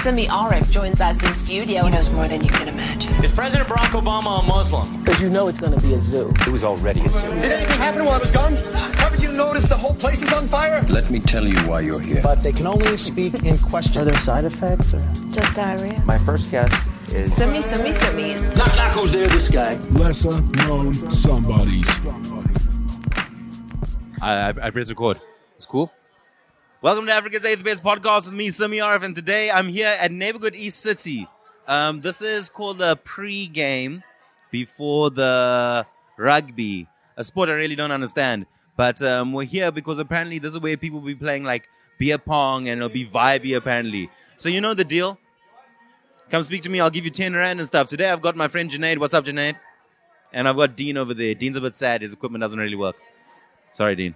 Simi Arif joins us in studio. He knows more than you can imagine. Is President Barack Obama a Muslim? Because you know it's going to be a zoo. It was already a zoo. Did anything happen while I was gone? Haven't you noticed the whole place is on fire? Let me tell you why you're here. But they can only speak in question. Are there side effects or just diarrhea? My first guess is Simi, Simi, Simi. Knock, knock, who's there? This guy. Lesser known somebodies. I, I, I press record. It's cool. Welcome to Africa's Eighth Base Podcast with me, Simi Arif, and today I'm here at Neighborhood East City. Um, this is called the pre-game before the rugby, a sport I really don't understand. But um, we're here because apparently this is where people will be playing like beer pong and it'll be vibey apparently. So you know the deal. Come speak to me. I'll give you ten rand and stuff. Today I've got my friend Janaid. What's up, Janaid? And I've got Dean over there. Dean's a bit sad. His equipment doesn't really work. Sorry, Dean.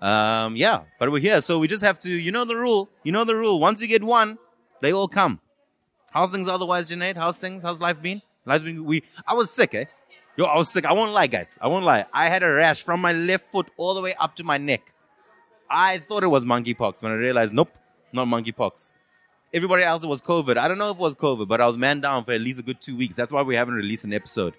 Um, yeah, but we're here, so we just have to, you know the rule. You know the rule. Once you get one, they all come. How's things otherwise, Janaid? How's things? How's life been? Life's been we I was sick, eh? Yo, I was sick. I won't lie, guys. I won't lie. I had a rash from my left foot all the way up to my neck. I thought it was monkeypox when I realized nope, not monkeypox. Everybody else was COVID. I don't know if it was COVID, but I was man down for at least a good two weeks. That's why we haven't released an episode.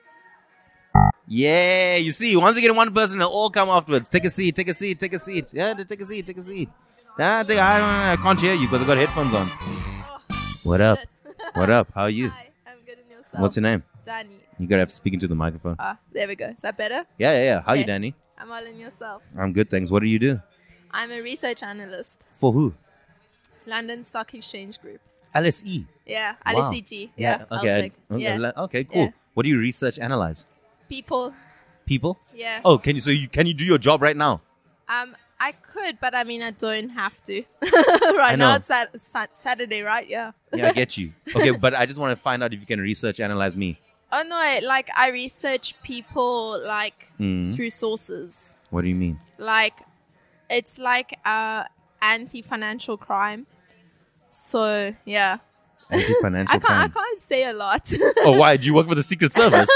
Yeah, you see, once you get one person, they'll all come afterwards. Take a seat, take a seat, take a seat. Yeah, take a seat, take a seat. Nah, take, I, don't, I can't hear you because I got headphones on. What up? What up? How are you? Oh, Hi, I'm good and yourself. What's your name? Danny. You gotta have to speak into the microphone. Ah, there we go. Is that better? Yeah, yeah, yeah. How are you, Okay. Danny? I'm all in yourself. I'm good, thanks. What do you do? I'm a research analyst, For who? London Stock Exchange Group. LSE. Yeah, E. Wow. LSEG. Yeah, I was Okay. I- like, okay. yeah. la- Okay. Cool. Yeah. What do you research analyze? People. People. Yeah. Oh, can you? So you can you do your job right now? Um, I could, but I mean, I don't have to. right I know. now, it's sat- sat- Saturday, right? Yeah. Yeah, I get you. Okay, but I just want to find out if you can research analyze me. Oh no! I- Like I research people like Mm. through sources. What do you mean? like it's like uh anti-financial crime so yeah Anti-financial i can't crime. i can't say a lot Oh, why? Do you work for the Secret Service?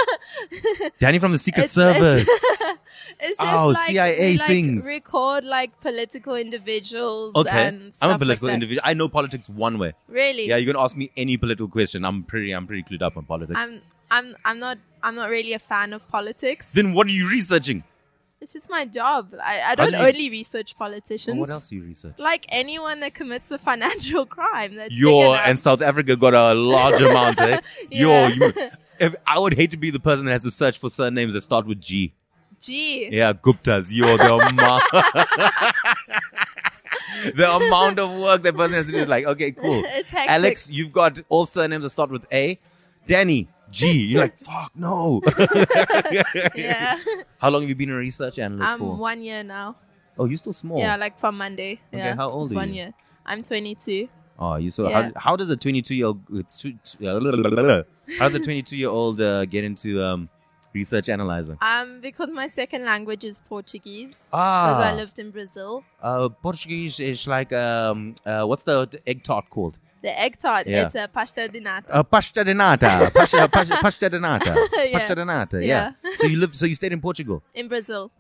Danny from the Secret It's- Service. it's just Oh, like CIA we, like, things. record like political individuals okay, and I'm stuff a like political that. individual. I know politics one way. really Yeah, you can ask me any political question. I'm pretty, I'm pretty clued up on politics. i'm i'm i'm not i'm not really a fan of politics then what are you researching? it's just my job i, I don't you- only research politicians Well, what else do you research? like anyone that commits a financial crime that's big Your enough. and South Africa got a large amount. Eh? Yo, Yeah. you, if, I would hate to be the person that has to search for surnames that start with G. gee Yeah, Guptas. Yo, the amount, the amount of work that person has to do is like, okay, cool. It's hectic. Alex, you've got all surnames that start with A. Danny, G. You're like, fuck no. yeah How long have you been a research analyst i'm for? one year now Oh, you're still small. Yeah, like from Monday. Okay, yeah. how old it's are One you? year. I'm 22. Oh, you so Yeah. how, how does a uh, 22 year old how does a 22 year old uh, get into um, research analyzer? Um, because my second language is Portuguese. Because I Ah, lived in Brazil. uh, Portuguese is like um, uh, what's the the egg tart called? The egg tart, Yeah. it's a pasta de nata. Uh, pasta de nata, pasta, pasta, pasta de nata, Yeah. pasta de nata. Yeah. so you lived, so you stayed in Portugal. In Brazil.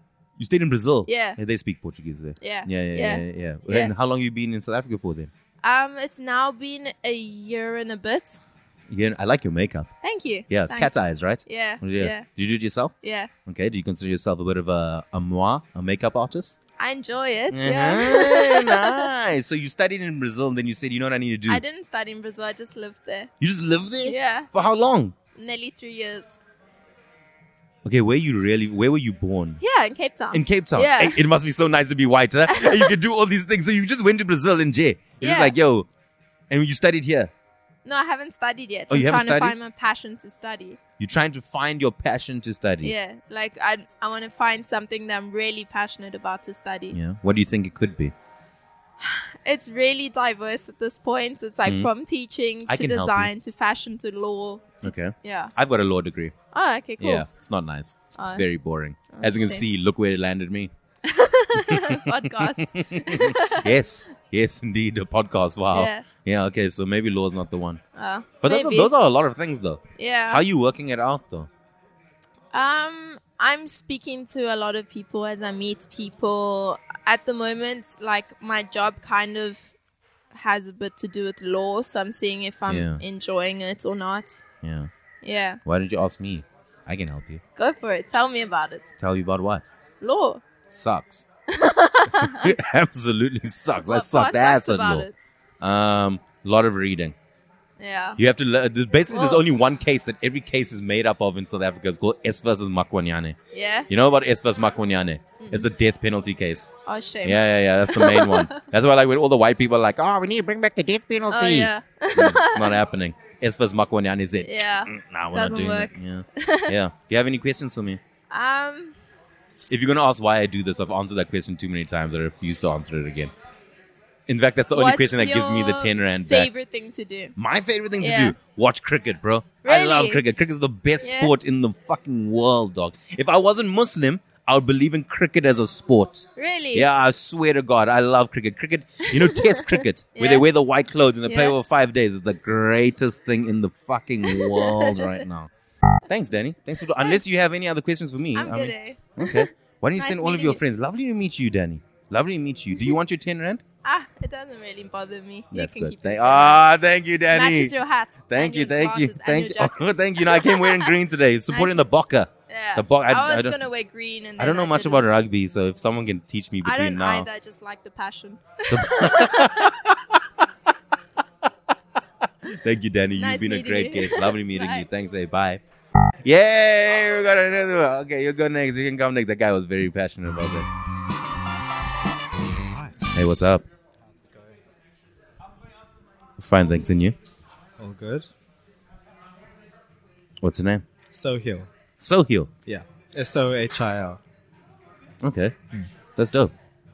You stayed in Brazil. Yeah. they speak Portuguese there. Yeah. Yeah, yeah, yeah, yeah. Yeah. And how long you been in South Africa for then? Um, it's now been a year and a bit. Yeah, I like your makeup. Thank you. Yeah, it's Thanks. cat's eyes, right? Yeah, Yeah. yeah, yeah. yeah, Do you do it yourself? Okay, do you consider yourself a bit of a, a moi, a makeup artist? I enjoy it. Eh, Yeah. nice. So you studied in Brazil and then you said, you know what I need to do? I didn't study in Brazil. I just lived there. You just lived there? Yeah, For how long? nearly three years. Okay, where you really, where were you born? Yeah, in Cape Town. In Cape Town. Yeah. Eh, It, must be so nice to be white, huh? And you can do all these things. So you just went to Brazil and Jay. You're just Yeah. like, yo. And you studied here. no, I haven't studied yet. Oh, you I'm haven't trying studied? to find my passion to study. You're trying to find your passion to study. Yeah, like I, I want to find something that I'm really passionate about to study. Yeah. What do you think it could be? It's really diverse at this point. It's like Mhm. from teaching I to can help you. design to fashion to law. to- Okay. Yeah. I've got a law degree. Oh, okay, cool. Yeah. It's not nice. It's Oh. very boring. As you can shame. see, look where it landed me. Podcast. yes, yes, indeed, a podcast. Wow. Yeah. Yeah. okay, so maybe law's not the one. Uh, But those are, maybe. those are a lot of things, though. How Yeah. are you working it out, though? um, I'm speaking to a lot of people as I meet people. At the moment, like my job kind of has a bit to do with law, so I'm seeing if I'm Yeah. enjoying it or not. Yeah. Yeah, Why didn't you ask me? I can help you. go for it. Tell me about it. Tell you about what? Law. Sucks. it absolutely sucks. I What sucked part ass sucks at about law. it? Um, lot of reading. Yeah. You have to le- uh, there's basically there's Well- only one case that every case is made up of in South Africa. It's called S versus Makwanyane. Yeah. You know about S versus Makwanyane? It's the death penalty case. Oh shame. Yeah, yeah, yeah. That's the main one. That's why like when all the white people are like, oh, we need to bring back the death penalty. Oh yeah. it's not happening. S versus Makwanyane is it? Yeah. Mm, Nah, we're Doesn't not doing work. that. Yeah. yeah. Do you have any questions for me? Um. If you're gonna ask why I do this, I've answered that question too many times. I refuse to answer it again. In fact, that's the only what's question that gives me the your ten rand back. Favorite thing to do. My favorite thing Yeah. to do: watch cricket, bro. I Really? love cricket. Cricket is the best Yeah. sport in the fucking world, dog. If I wasn't Muslim, I would believe in cricket as a sport. Really? Yeah, I swear to God, I love cricket. Cricket, you know, Test cricket, where they Yeah. wear the white clothes and they play Yeah. over five days, is the greatest thing in the fucking world right now. Thanks, Danny. Thanks for. Unless you have any other questions for me, I'm I good. mean- eh? Okay. Why don't you Nice send all of meeting your you. friends? Lovely to meet you, Danny. Lovely to meet you. Do you want your 10 rand? Ah, it doesn't really bother me. That's you can good. Keep it Thank- for now. Ah, thank you, Danny. Matches your hat. Thank and you, your thank you, glasses and thank your you, jacket. Oh, thank you. No, I came wearing green today, supporting the Bokker. Yeah. The bo- I- I, I was don't- gonna wear green, and I then don't know much didn't. about rugby, so if someone can teach me I between don't now, either. I just like the passion. thank you, Danny. You've Nice been a meeting great you. guest. Lovely meeting Bye. you. Thanks, eh? Bye. Yay! We got another one. Okay, you go next. You can come next. That guy was very passionate about that. Hey, what's up? Fine, thanks. And you? All good. What's your name? Sohil. Sohil. Yeah. S O H I L. Okay. That's dope.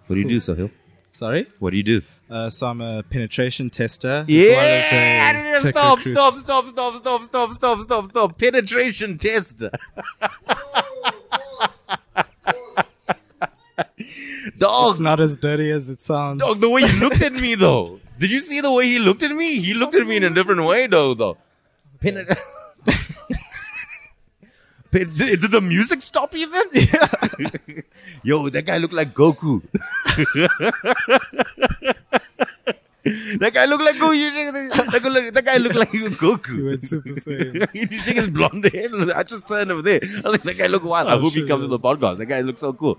What do you do, Sohil? Sorry? What do you do? Uh, so I'm a penetration tester. as Yeah! well as a tech stop, recruit. stop, stop, stop, stop, stop, stop, stop, stop. Penetration tester. It's Dog, not as dirty as it sounds. dog, the way he looked at me though. Did you see the way he looked at me? He looked at me in a different way though, though. Pen- Pen- did, did the music stop even? Yo, that guy looked like Goku. that guy looked like Goku. That guy looked- that guy looked like Goku. You went Super Saiyan. you check his blonde hair. I just turned over there. I was like, that guy look wild. I Oh, hope he shit, comes yeah. to the podcast. That guy looks so cool.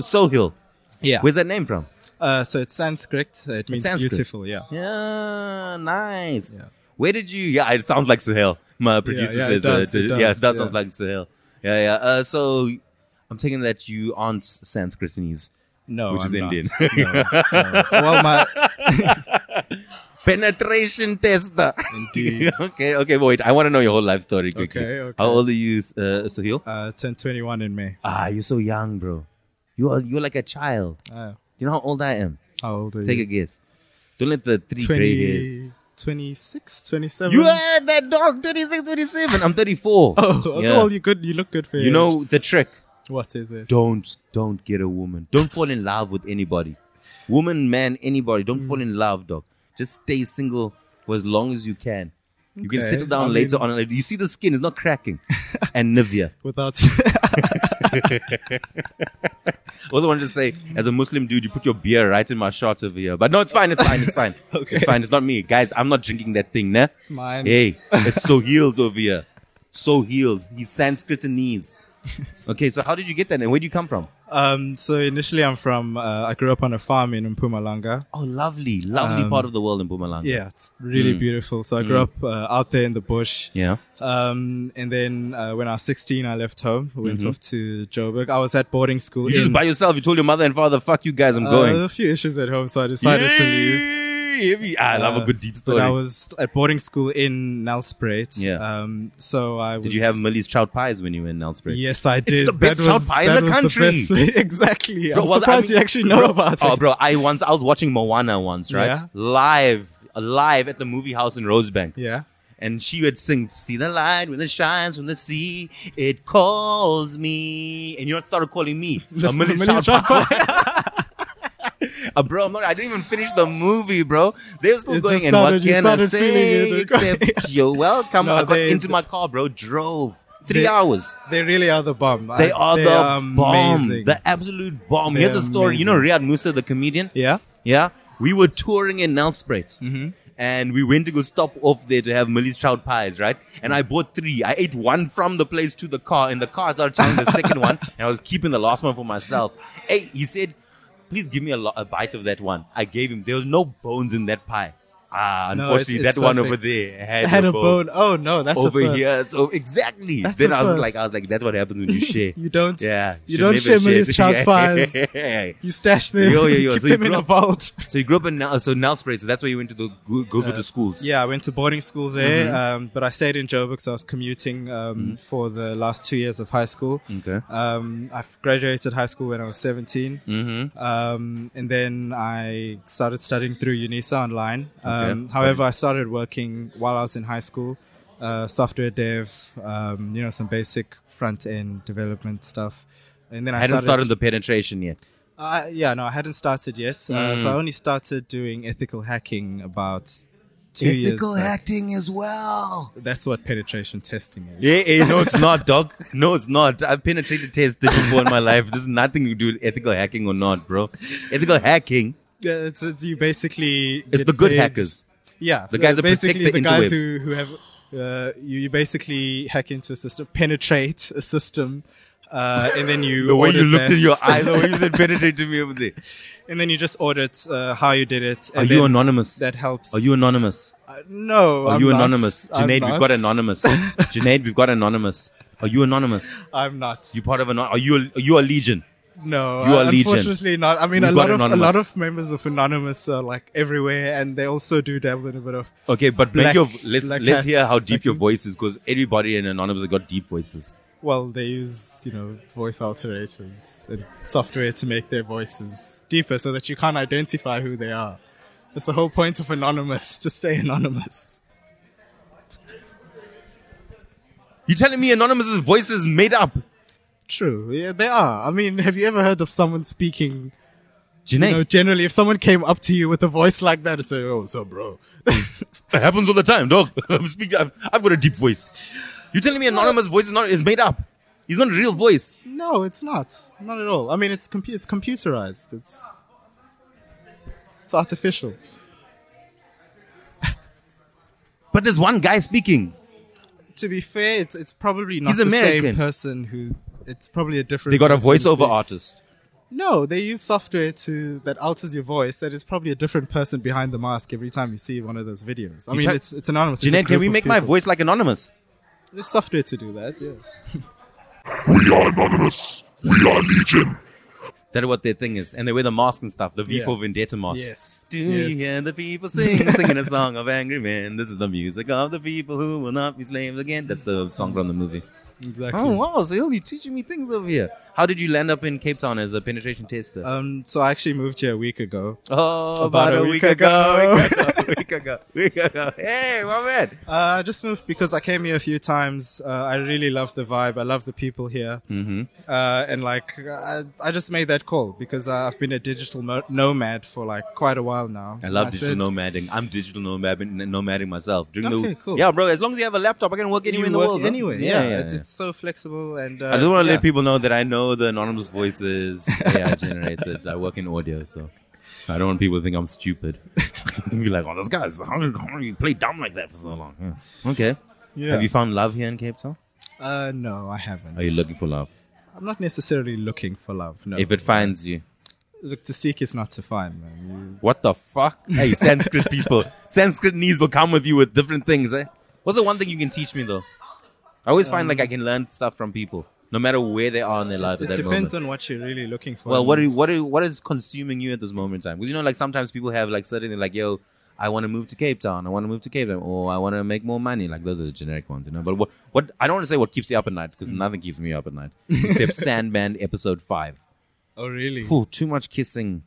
Soul Hill. yeah. Where's that name from? Uh, so it's Sanskrit. It means Sanskrit. beautiful. Yeah. Yeah, nice. Yeah. Where did you? Yeah, it sounds like Suhail. My producer yeah, says, it does, uh, it yeah, does, it does yeah. sound like Suhail. Yeah, yeah. Uh, so I'm taking that you aren't Sanskritinese. No, Which is I'm not. Indian. No, no. Well, my Penetration tester. indeed. okay, okay. Wait, I want to know your whole life story quickly. Okay, okay. How old are you, uh, Suhail? Uh, turned 21 in May. Ah, you're so young, bro. You are you're like a child. Uh, You know how old I am? how old are Take a you? guess. Don't let the three gray hairs. 26, 27. You are that dog, 26, 27. I'm 34. Oh, Yeah. well, you good. You look good for You your age. know the trick. what is it? Don't don't get a woman. Don't fall in love with anybody. Woman, man, anybody. Mm. Don't fall in love, dog. Just stay single for as long as you can. You can Okay. settle down I later mean- on. You see the skin is not cracking. and Nivea. Without Also wanted to say, as a Muslim dude, you put your beer right in my shorts over here. But no, it's fine, it's fine, it's fine. Okay. It's fine, it's not me. Guys, I'm not drinking that thing, nah? it's mine. Hey, it's so heels over here. So heels. He's Sanskritanese. Okay, so how did you get that name? Where do you come from? Um, so initially, I'm from. Uh, I grew up on a farm in Mpumalanga. Oh, lovely, lovely Um, part of the world in Pumalanga. Yeah, it's really beautiful. So I grew up uh, out there in the bush. Yeah. Um, and then uh, when I was 16, I left home. Went Mm-hmm. off to Joburg. I was at boarding school. You just in- by yourself. You told your mother and father, "Fuck you guys, I'm uh, going." A few issues at home, so I decided to leave. Yay, heavy. I love Uh, a good deep But story. I was at boarding school in Nelspruit. Yeah. Um, so I was. did you have Millie's chout pies when you were in Nelspruit? Yes, I did. the best That chow was- pie in that the was country. best place. exactly. Bro, I'm well, I surprised mean- you actually know bro- about Oh, it. bro, I once I was watching Moana once, right? Yeah. Live, live at the movie house in Rosebank, Yeah. and she would sing, "See the light when it shines from the sea, it calls me," and you know, it started calling me. A Millie's Millie's chow chow pie. Uh, bro, I'm not, I didn't even finish the movie, bro. They're still It going, just and what started- you can I started feeling say it, like- except you're welcome? No, I got they- into my car, bro, drove three They- hours. They really are the bomb. They I- are they the are bomb, Amazing. the absolute bomb. They're Here's a story. You know amazing. Riyad Musa, the comedian? yeah. Mm-hmm. Yeah. we were touring in Nelspruit. And we went to go stop off there to have Millie's Trout Pies, right? And I bought three. I ate one from the place to the car, and the car started trying the second one, and I was keeping the last one for myself. Hey, he said, please give me a, lo- a bite of that one. I gave him. There was no bones in that pie. Ah, No, unfortunately, it's- it's that one perfect. over there had, I had a bone. Oh no, that's a over first. here. So exactly. That's then a I was first. like, I was like, that's what happens when you share. You don't. yeah, You should don't never share Millie's child's pies. Yeah. You stash them. Yo, yo, yo, Keep so you them in grew a up- vault. So you grew up in now, so Nelspruit. So that's where you went to the go, go for the schools. Uh, Mm-hmm. Yeah, I went to boarding school there, um, but I stayed in Joburg, so I was commuting um, for the last two years of high school. Okay. Um, I graduated high school when I was 17, Mm-hmm. um, and then I started studying through UNISA online. Um, Okay. However, I started working while I was in high school, uh, software dev, um, you know, some basic front end development stuff. And then I, I hadn't started started the penetration yet. uh, yeah, no, I hadn't started yet. Uh, Mm. so I only started doing ethical hacking about two years. back. acting as well. That's what penetration testing is. Yeah, yeah, no, it's not, dog. No, it's not. I've penetrated tested before in my life. This is nothing to do with ethical hacking or not, bro. Ethical hacking Yeah, it's, it's you basically. is get the good paid- hackers. Yeah, The guys that protect basically the the guys who interwebs. who have uh, you, you basically hack into a system, penetrate a system, uh, and then you The way you audit looked that. in your eye, the way you said penetrate to me over there. and then you just audit uh, how you did it. Are And you then anonymous? That helps. Are you anonymous? Uh, no. Are I'm you not. anonymous? I'm Janaid, we've not. got anonymous. Janaid, we've got anonymous. Are you anonymous? I'm not. You part of an? Are you? A, are you a legion? No, You uh, are Legion. unfortunately not. I mean, We've a got lot of a Anonymous. lot of members of Anonymous are like everywhere, and they also do dabble in a bit of. Okay, but make Black- your, let's black let's hat, hear how deep black your hat. voice is because everybody in anonymous has got deep voices. Well, they use you know voice alterations and software to make their voices deeper, so that you can't identify who they are. That's the whole point of Anonymous. To stay anonymous. You telling me anonymous's voice is made up? True. Yeah, they are. I mean, have you ever heard of someone speaking? Janae, You know, generally, if someone came up to you with a voice like that, it's like, "Oh, so bro." that happens all the time, dog. I'm speaking, I've, I've got a deep voice. You telling me anonymous voice is not is made up? He's not a real voice. no, it's not. Not at all. I mean, it's compu- it's computerized. It's it's artificial. But there's one guy speaking. to be fair, it's it's probably not He's the American. same person who. It's probably a different. They got a person who voiceover speaks- artist. No, they use software to that alters your voice. That is probably a different person behind the mask every time you see one of those videos. I mean, try- it's it's anonymous. It's a Janae, can group we of make my people. voice like anonymous? There's software to do that. Yeah. We are anonymous. We are legion. That's what their thing is, and they wear the mask and stuff. The V Yeah. for Vendetta mask. Yes. Do Yes. you hear the people sing, singing a song of angry men? This is the music of the people who will not be slaves again. That's the song from the movie. Exactly. Oh wow, so you're teaching me things over here. How did you land up in Cape Town as a penetration tester? Um. So I actually moved here a week ago. oh, about a week ago. a week ago, a week ago. Hey, my man. Uh, I just moved because I came here a few times. Uh, I really love the vibe. I love the people here. Mm-hmm. Uh, and like, I, I just made that call because uh, I've been a digital mo- nomad for like quite a while now. I love And digital said- nomading. I'm digital nomad, nomading myself. During Okay, the, cool. Yeah, bro. As long as you have a laptop, I can work anywhere in the work world. huh? anywhere. Yeah, It's, it's so flexible and. Uh, I just want to yeah. let people know that I know the anonymous voices AI generated. I work in audio, so I don't want people to think I'm stupid. be like, oh, this guy's how did how did you play dumb like that for so long? Yeah. Okay. Yeah. Have you found love here in Cape Town? Uh, no, I haven't. Are you looking for love? I'm not necessarily looking for love. No. If it finds you, Look, to seek is not to find, man. what the fuck? Hey, Sanskrit people, Sanskrit knees will come with you with different things. Eh? What's the one thing you can teach me though? I always find like I can learn stuff from people, no matter where they are in their life You, at it that depends moment. on what you're really looking for. Well, what are you, what are you, what is consuming you at this moment in time? Because you know, like sometimes people have like suddenly like, yo, I want to move to Cape Town. I want to move to Cape Town, or I want to make more money. Like those are the generic ones, you know. But what what I don't want to say what keeps you up at night Mm. because nothing keeps me up at night except Sandman episode five. Oh, really? Phew, too much kissing,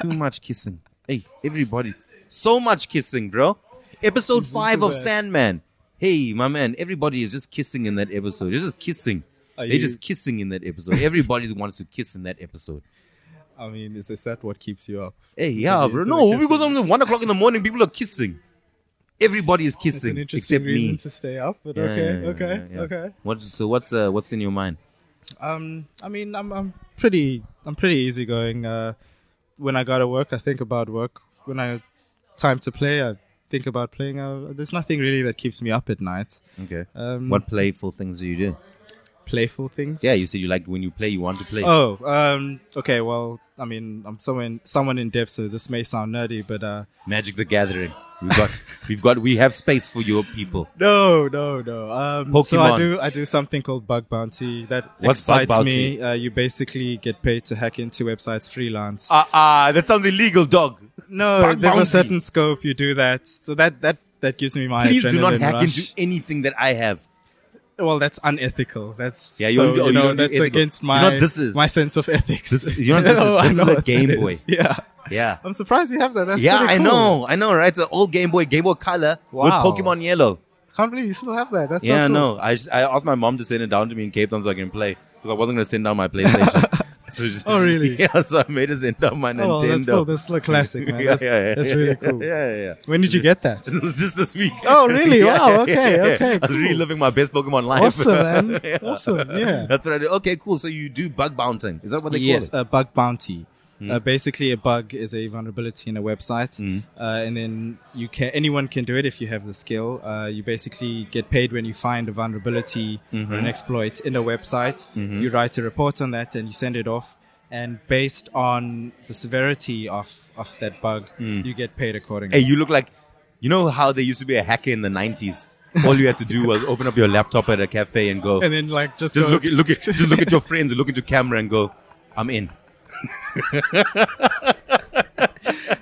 too much kissing. Hey, everybody, so much kissing, bro. Episode five of that. Sandman. Hey, my man, everybody is just kissing in that episode. They're just kissing. Are They're you- just kissing in that episode. Everybody wants to kiss in that episode. I mean, is, is that what keeps you up? Hey, yeah, you're bro. into No, the because kissing. on the one o'clock in the morning, people are kissing. Everybody is It's an kissing interesting except reason me. to stay up, but Yeah, okay, yeah, yeah, okay, yeah, yeah. okay. What? So what's uh, what's in your mind? Um, I mean, I'm I'm pretty I'm pretty easygoing. Uh, when I go to work, I think about work when I time to play, I think about playing. Uh, there's nothing really that keeps me up at night. Okay. Um, what playful things do you do? Playful things. Yeah, you said you like when you play, you want to play. Oh, um, okay. Well, I mean, I'm someone someone in depth, so this may sound nerdy, but uh, Magic the Gathering. We've got, we've got, we have space for your people. no, no, no. Um, so Pokemon. I do I do something called bug bounty that What's bug excites me. Uh, you basically get paid to hack into websites freelance. Ah, ah, uh, that sounds illegal, dog. no, bug there's bounty. a certain scope. You do that, so that that that gives me my Please do not adrenaline hack rush. into anything that I have. Well, that's unethical. That's yeah, Yeah, you you, don't- oh, you you know don't do that's ethical. against You know my what this is? my sense of ethics. This- you know what this is? No, I This is know a what Game that Boy. is. Yeah, Yeah. I'm surprised you have that. That's yeah, pretty I cool. know. I know, right? It's an old Game Boy, Game Boy Color Wow. with Pokemon Yellow. Can't believe you still have that. That's yeah, so cool. no. I just, I asked my mom to send it down to me in Cape Town so I can play because I wasn't going to send down my PlayStation. so just, Oh, really? Yeah, so I made her send down my Oh, well, that's still Nintendo. that's still a classic, man. Yeah, That's, yeah, yeah, that's yeah, really yeah, cool. Yeah, yeah, When did you get that? yeah. just this week. Oh, really? Wow, okay, okay, I was cool. reliving my best Pokemon life. Awesome, man. Awesome, yeah. That's what I do. Okay, cool. So you do bug bouncing. Is that what they yes, call it? a bug bounty. Uh, basically, a bug is a vulnerability in a website, uh, and then you can anyone can do it if you have the skill. Uh, you basically get paid when you find a vulnerability or an exploit in a website. You write a report on that and you send it off. And based on the severity of, of that bug, you get paid accordingly. Hey, you look like, you know how there used to be a hacker in the 90s? All you had to do was open up your laptop at a cafe and go, and then like just, just go- look, at, look, at, just look at your friends, look into camera and go, I'm in.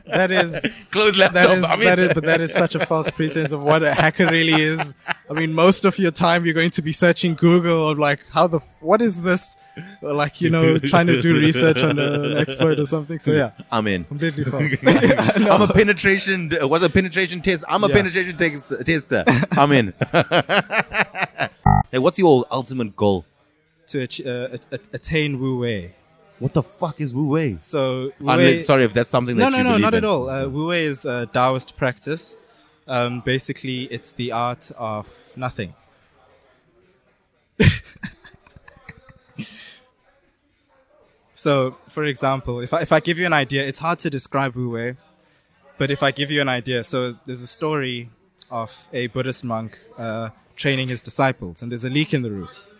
that is Close laptop, That is, I'm in. that is, but that is such a false pretense of what a hacker really is. I mean, most of your time you're going to be searching Google or like, how the, f- what is this? Or, Like, you know, trying to do research on a- an expert or something. So yeah, I'm in. completely false. I'm a penetration. uh, What's a penetration test? I'm a Yeah. penetration tex- tester. I'm in. Hey, what's your ultimate goal? to ach- uh, a- a- attain Wu Wei. What the fuck is Wu Wei? So Wu Wei, Unless, sorry if that's something that no, no, you no, believe not at in. all. Uh, Wu Wei is a Taoist practice. Um, basically, it's the art of nothing. so, for example, if I, if I give you an idea, it's hard to describe Wu Wei, but if I give you an idea, so there's a story of a Buddhist monk uh, training his disciples, and there's a leak in the roof.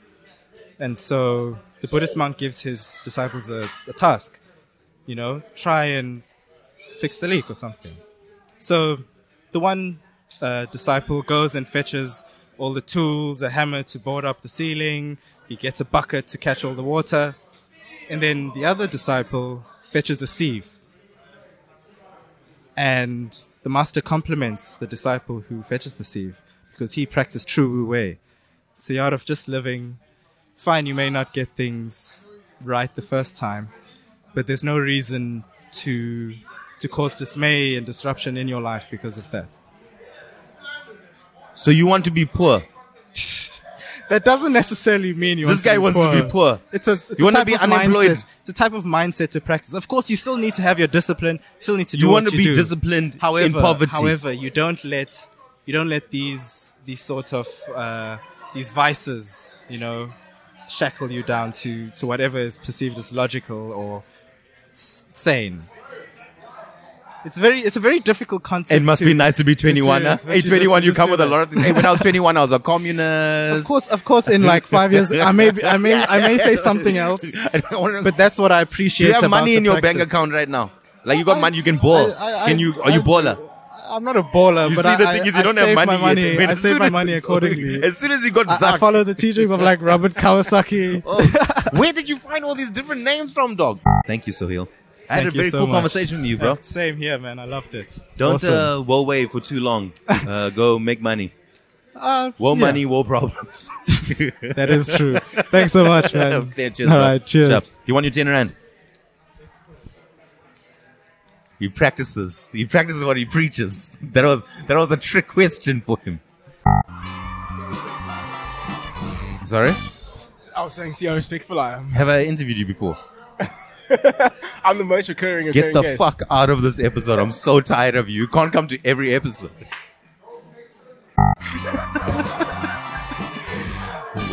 And so the Buddhist monk gives his disciples a, a task you know, try and fix the leak or something. So the one uh, disciple goes and fetches all the tools, a hammer to board up the ceiling, he gets a bucket to catch all the water, and then the other disciple fetches a sieve. And the master compliments the disciple who fetches the sieve because he practiced true Wu Wei. So the art of just living, fine, you may not get things right the first time, but there's no reason to to cause dismay and disruption in your life because of that. So you want to be poor? That doesn't necessarily mean you. This want guy to be wants to poor. be poor. It's a, it's a You wanna type be of unemployed. Mindset. It's a type of mindset to practice. Of course, you still need to have your discipline. You still need to do You want to be disciplined however, in poverty? However, you don't let you don't let these these sort of uh, these vices, you know, shackle you down to to whatever is perceived as logical or s- sane. It's very it's a very difficult concept. it must to- be nice to be 21. Huh? experience, but Hey, you just- 21, you just come do with a that. lot of things. Hey, when I was 21, I was a communist. Of course, of course. In like five years, I may, be- I may, I may say something else. I don't wanna- But that's what I Do appreciate. you have about money the in your bank practice. account right now? Like you got money, you can ball. I- I- can you? Are I- you baller? I'm not a baller, You but see, I, the thing is, you I, don't I have save money. My money yet. When- I as save soon my as- money accordingly. As soon as he got Oh, I, I Zuck, follow the teachings of like Robert Kawasaki. where did you find all these different names from, dog? Thank you, Sohail. I had Thank a you very so cool much. conversation with you, bro. Same here, man. I loved it. Don't Awesome. uh, woe away for too long. Uh, go make money. Uh, Woe yeah, money, woe problems. That is true. Thanks so much, man. Clear, cheers, All bro. right, cheers. Chaps, You want your 10 rand? He practices. He practices what he preaches. That was that was a trick question for him. Sorry, I was saying, see how respectful I am. have I interviewed you before? I'm the most recurring. Get recurring the guest. fuck out of this episode. I'm so tired of you. You can't come to every episode.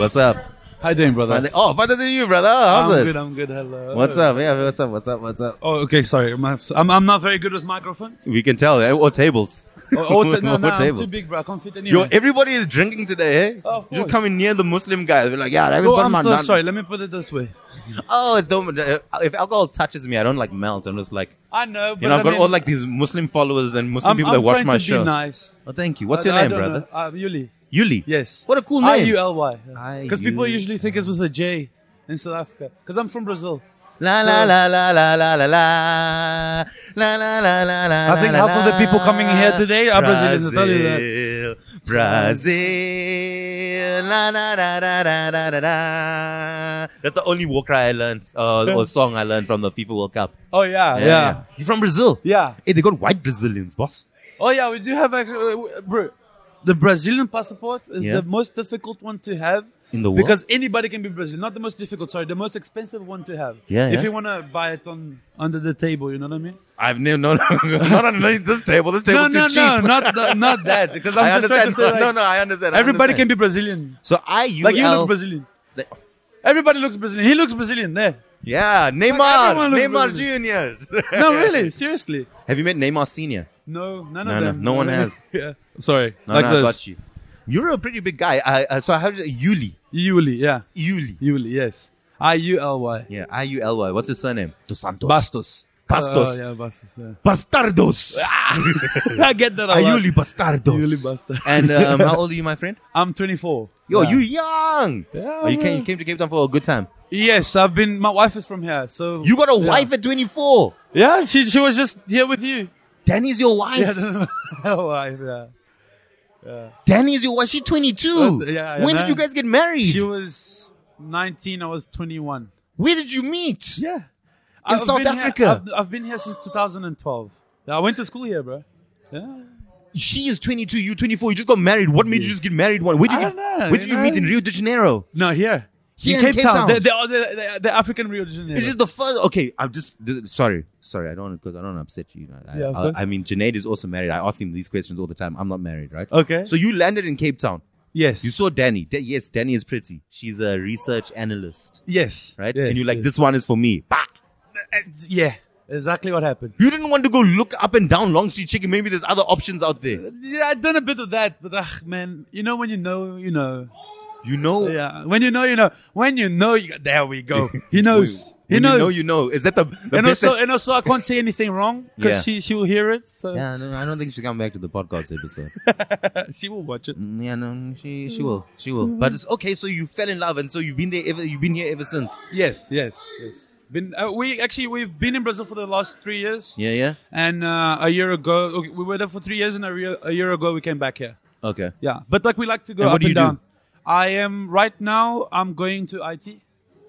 What's up? How you doing, brother? Finally- Oh, better than you, brother. I'm How's it? good. I'm good. Hello. What's up? Yeah, what's up? What's up? What's up? Oh, okay. Sorry, I'm, I'm, I'm not very good with microphones. We can tell. eh? Or tables. Or, or Oh, ta- no, Or no, I'm tables. too big, bro. I can't fit Yo, anywhere. everybody is drinking today, eh? Of You're course. coming near the Muslim guys. We're like, yeah, that was Oh, one I'm man, so none- sorry. Let me put it this way. Oh, it don't, uh, if alcohol touches me, I don't like melt. I'm just like, I know, but you know, I've I got mean, all like these Muslim followers and Muslim I'm, people I'm that watch trying my to show. Be nice. Oh, thank you. What's I- your I name, don't brother? know. Uh, Yuli. Yuli. Yes. What a cool I name. U L Y. I Because people U- usually think it's with a J in South Africa. Because I'm from Brazil. La la la la la la la la la la la la la. I think la, half of the la. people coming here today are Brazilians, I tell you that. Brazil, Brazil, la la la la la la la. la. That's the only war cry I learned, uh, or song I learned from the FIFA World Cup. Oh yeah, yeah, You're from Brazil. yeah. Hey, they got white Brazilians, boss. Oh yeah, we do have actually, uh, bro. The Brazilian passport is Yeah. the most difficult one to have In the world? because anybody can be Brazilian. Not the most difficult, sorry, the most expensive one to have. Yeah, if yeah. you want to buy it on under the table, you know what I mean? I've never, no, no, not on this table. This No, table's no, too no, cheap. not the, not that. Because I'm I just trying understand. to say, like, no, no, I understand. I everybody understand. can be Brazilian. So I U Like you L- look Brazilian. They- Everybody looks Brazilian. He looks Brazilian. There. Yeah, Ah, Neymar, everyone looks Neymar Junior. No, really, seriously. Have you met Neymar Senior? No, none No, of no, them. no one has. yeah. Sorry. No, like no, I this. got you. You're a pretty big guy. I, uh, so how do you Yuli? Yuli, yeah. Yuli. Yuli, yes. I U L Y. Yeah, I U L Y. What's his surname? Dos Santos. Bastos. Bastos. Oh, yeah, Bastos. Yeah. Ah! Bastardos. I get that. A lot. Ayuli Bastardos. Yuli Bastos. And um, how old are you, my friend? I'm 24. Yo, Yeah. you young. Yeah, oh, you, came, man. you came to Cape Town for a good time. Yes, I've been. My wife is from here, so You got a yeah. wife at 24. Yeah, she she was just here with you. Danny's your wife. Yeah, my wife. Yeah. Danny's your wife. She's 22. What? Yeah, yeah, when man. did you guys get married? She was 19. I was 21. Where did you meet? Yeah. In South Africa. I've, I've been here since 2012. Yeah, I went to school here, bro. Yeah. She is 22. You 24. You just got married. What made you just get married? Where did I you, don't know, where did you you meet know? in Rio de Janeiro? No, here. Here in Cape, Town. oh, They- They're, they- they're, they're, they're African Rio de Janeiro. It's just the first. Okay, I'm just th- sorry, sorry. I don't because I don't wanna upset you. I, Yeah, of I, course. I mean, Janaid is also married. I ask him these questions all the time. I'm not married, right? Okay. So you landed in Cape Town. yes. You saw Danny. Da- yes, Danny is pretty. She's a research analyst, Yes. right? Yes, and you're like, yes. this one is for me. Bah! Yeah, exactly what happened. You didn't want to go look up and down Long Street Chicken. Maybe there's other options out there. Yeah, I've done a bit of that, but ah, man, you know when you know, you know. You know. Yeah, when you know, you know. When you know, you, there we go. He knows. When he knows. You know. You know. Is that the, the and best? also, that- and also, I can't say anything wrong because Yeah. she she will hear it, so yeah, no, no, I don't think she'll come back to the podcast episode. she will watch it. Mm, yeah, no, she she will, she will. But it's okay. So you fell in love, and so you've been there ever. You've been here ever since. Yes, yes, yes. Been uh, we actually we've been in Brazil for the last three years, Yeah, yeah. and uh, a year ago okay, we were there for three years, and a, re- a year ago we came back here. Okay. Yeah, but like we like to go And up what do you and do? down. I am right now. I'm going to IT.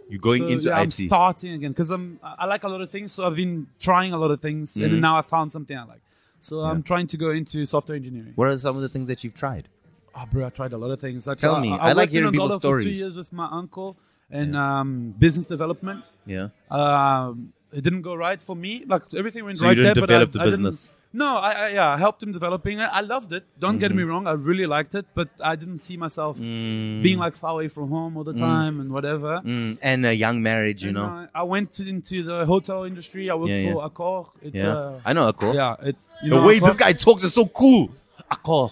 You're going So, into yeah, I'm IT. starting again because I'm I I like a lot of things, so I've been trying a lot of things, and Mm-hmm. then now I found something I like. So I'm trying to go into software engineering. what are some of the things that you've tried? Oh, bro, I tried a lot of things. Like, Tell I, me. I, I worked like in hearing people's Angola For two stories. years with my uncle and um, business development. Yeah. Um, it didn't go right for me. Like everything went So you right didn't there, develop but the I, I didn't- business? No, I, I yeah, I helped him developing it. I loved it. Don't get Mm-hmm. me wrong, I really liked it, but I didn't see myself being like far away from home all the time and whatever. Mm, and a young marriage, you And, know. uh, I went to- into the hotel industry. I worked Yeah, for Accor. It's yeah. uh, I know Akko. yeah, it's you The know, way Accor- this guy talks is so cool. Akko.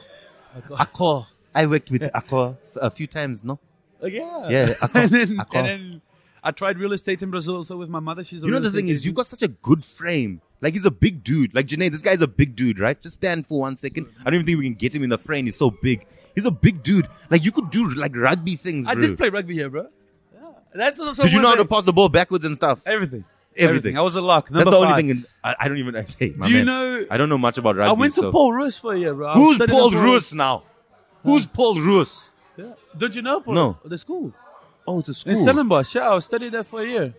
Accor. Akko. I worked with Akko a few times, no? Like, Oh, yeah. Yeah, Accor, and, then, Accor. and then I tried real estate in Brazil also with my mother. She's a You know real the thing estate is, you agent. got such a good frame. Like he's a big dude. Like Janae, this guy's a big dude, right? Just stand for one second. I don't even think we can get him in the frame. He's so big. He's a big dude. Like you could do like rugby things, I bro. did play rugby here, bro. Yeah. That's also Did you one know how to thing. pass the ball backwards and stuff? everything? Everything. I was a lock. That's Number the only five. thing. In, I, I don't even. Hey, my Do you man, know- I don't know much about rugby. I went to so- Paul Roos for a year, bro. I was Who's studying Paul at Roos now? Who's Paul Roos? Yeah. Don't you know Paul? No. The school. Oh, it's a In Stellenbosch. Yeah, I studied there for a year.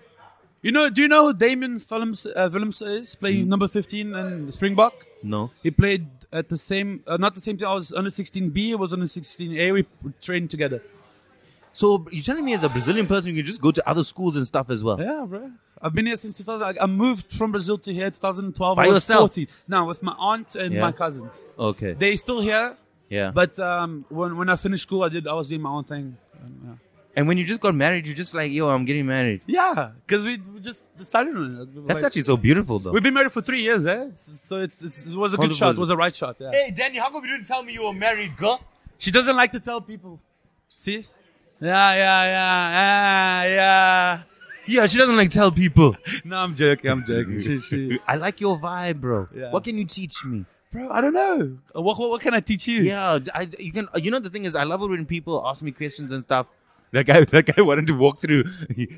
You know, do you know who Damien Willems, uh, Willems is? Playing number 15 in Springbok. Mm. No. He played at the same, uh, not the same time. I was under 16B, he was under 16A. We trained together. So you're telling me as a Brazilian person, you can just go to other schools and stuff as well? Yeah, bro. I've been here since 2000. I, I moved from Brazil to here 2012. By I was yourself? 14. Now with my aunt and Yeah. my cousins. Okay. They're still here, yeah. but um, when when I finished school, I did. I was doing my own thing. Um, yeah. And when you just got married, you're just like, yo, I'm getting married. Yeah, because we we just decided on it. We were That's like- actually so beautiful, though. We've been married for three years, eh? It's- so it's, it's, it was a good Wonderful. shot. It was a right shot. Yeah. Hey, Danny, how come you didn't tell me you were married, girl? She doesn't like to tell people. See? Yeah, yeah, yeah, yeah, yeah. Yeah, she doesn't like tell people. No, I'm joking. I'm joking. she, she, I like your vibe, bro. Yeah. What can you teach me? bro, I don't know. Uh, What, what, what can I teach you? Yeah, I, you can. uh, You know the thing is, I love it when people ask me questions and stuff. That guy, that guy wanted to walk through.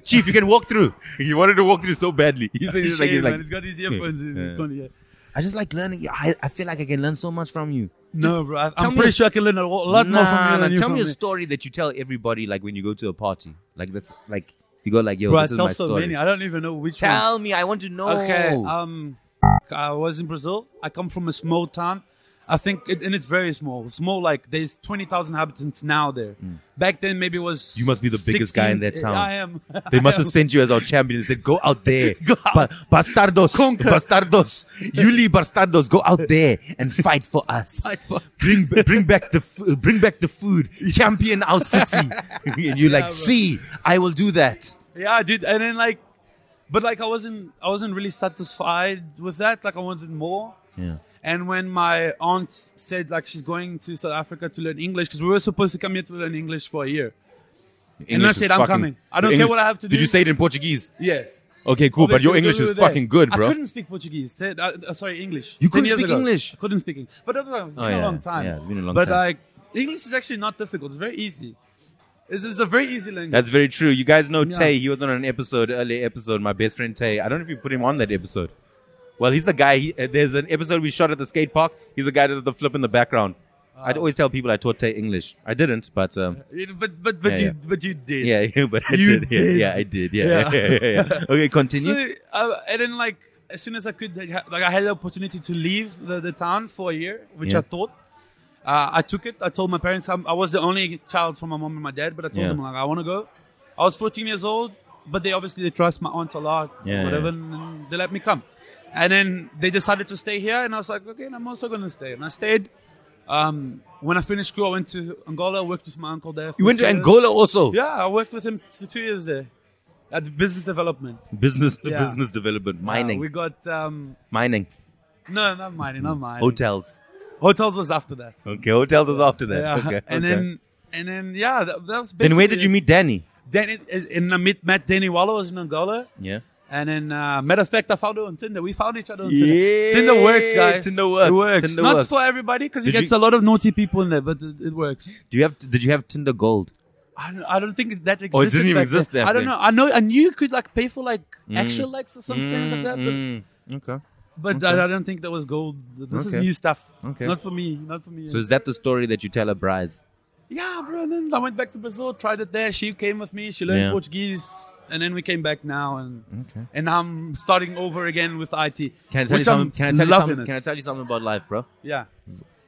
Chief, you can walk through. He wanted to walk through so badly. He said, Shame, he's like, he's man. like, he's got his earphones. in. Yeah. Can't hear. I just like learning. I, I feel like I can learn so much from you. No, bro. I, tell I'm me pretty a- sure I can learn a wa- lot more from you than you tell from me a me. story that you tell everybody, like when you go to a party. Like that's like you go like, yo, Bro, I this is tell my so story. many. I don't even know which one. Tell me, I want to know. Okay. Um, I was in Brazil. I come from a small town. I think, it, and it's very small. Small, like there's twenty thousand inhabitants now there. Back then, maybe it was. Mm. You must be the biggest guy in that 16. town. I am. They I must have am. sent you as our champion and said, go out there. Go out. Ba- bastardos. Bastardos. Yuli bastardos, go out there and fight for us. Fight for- bring, bring back the, f- bring back the food. Champion our city. and you're like, bro. see, I will do that. Yeah, dude. And then like, but like, I wasn't. I wasn't really satisfied with that. Like, I wanted more. Yeah. And when my aunt said like she's going to South Africa to learn English because we were supposed to come here to learn English for a year. And I English said, is I'm fucking- coming. I don't Your care English- what I have to do. Did you say it in Portuguese? yes? Okay, cool. but Obviously, your we English were is there. fucking good, I bro. couldn't speak Portuguese. Te- uh, uh, sorry, English. You 10 couldn't years speak ago. English? I couldn't speak English. But it was been Oh, a yeah. long time. Yeah, it's been a long but time. like, English is actually not difficult. It's very easy. It's, it's a very easy language. That's very true. You guys know Yeah. Tay. He was on an episode, early episode. My best friend Tay. I don't know if you put him on that episode. Well, he's the guy. He, uh, there's an episode we shot at the skate park. He's the guy that does the flip in the background. I'd always tell people I taught Tay English. I didn't, but um, It- but but but Yeah, you yeah. but you did. yeah, yeah, but I You did. Yeah, did. yeah, I did. Yeah, yeah. yeah, yeah, yeah. Okay, continue. So uh, and then like as soon as I could, like, ha- like I had the opportunity to leave the, the town for a year, which Yeah. I thought. Uh, I took it. I told my parents I'm, I was the only child from my mom and my dad, but I told Yeah. them like I want to go. I was 14 years old, but they obviously they trust my aunt a lot, Yeah, whatever, yeah. and- and they let me come. And then they decided to stay here, and I was like, okay, and I'm also gonna stay. And I stayed. Um, when I finished school, I went to Angola. worked with my uncle there. for you went to two years. Angola also. Yeah, I worked with him for two years there at the business development. Business, Yeah. business development, mining, Uh, we got um, mining, no, not mining, not mining. hotels. Hotels was after that. Okay, hotels was after that. Yeah. Okay, and okay. then and then yeah, that, that was. then where basically did you meet Danny? it. Then it- it- and I met, met Danny Waller was in Angola, Yeah. and then uh, matter of fact, I found her on Tinder. We found each other on Yeah, Tinder. Tinder works, guys. Tinder works, It works. Tinder Not works. for everybody because you Did get you- a lot of naughty people in there, but it, it works. Do you have? Did you have Tinder Gold? I don't, I don't think that existed. Oh, it didn't even back exist then. back I don't then. know. I know. I knew you could like pay for like Mm. actual likes or something like that. But Mm, mm. Okay. But Okay. I, I don't think that was gold. This Okay. is new stuff. Okay. Not for me. Not for me. So is that the story that you tell a bride? yeah, bro. And then I went back to Brazil, tried it there. She came with me. She learned Yeah. Portuguese, and then we came back now, and Okay. and I'm starting over again with IT. Can I tell you which something? I'm Can I tell you loving something? it. Can I tell you something about life, bro? yeah,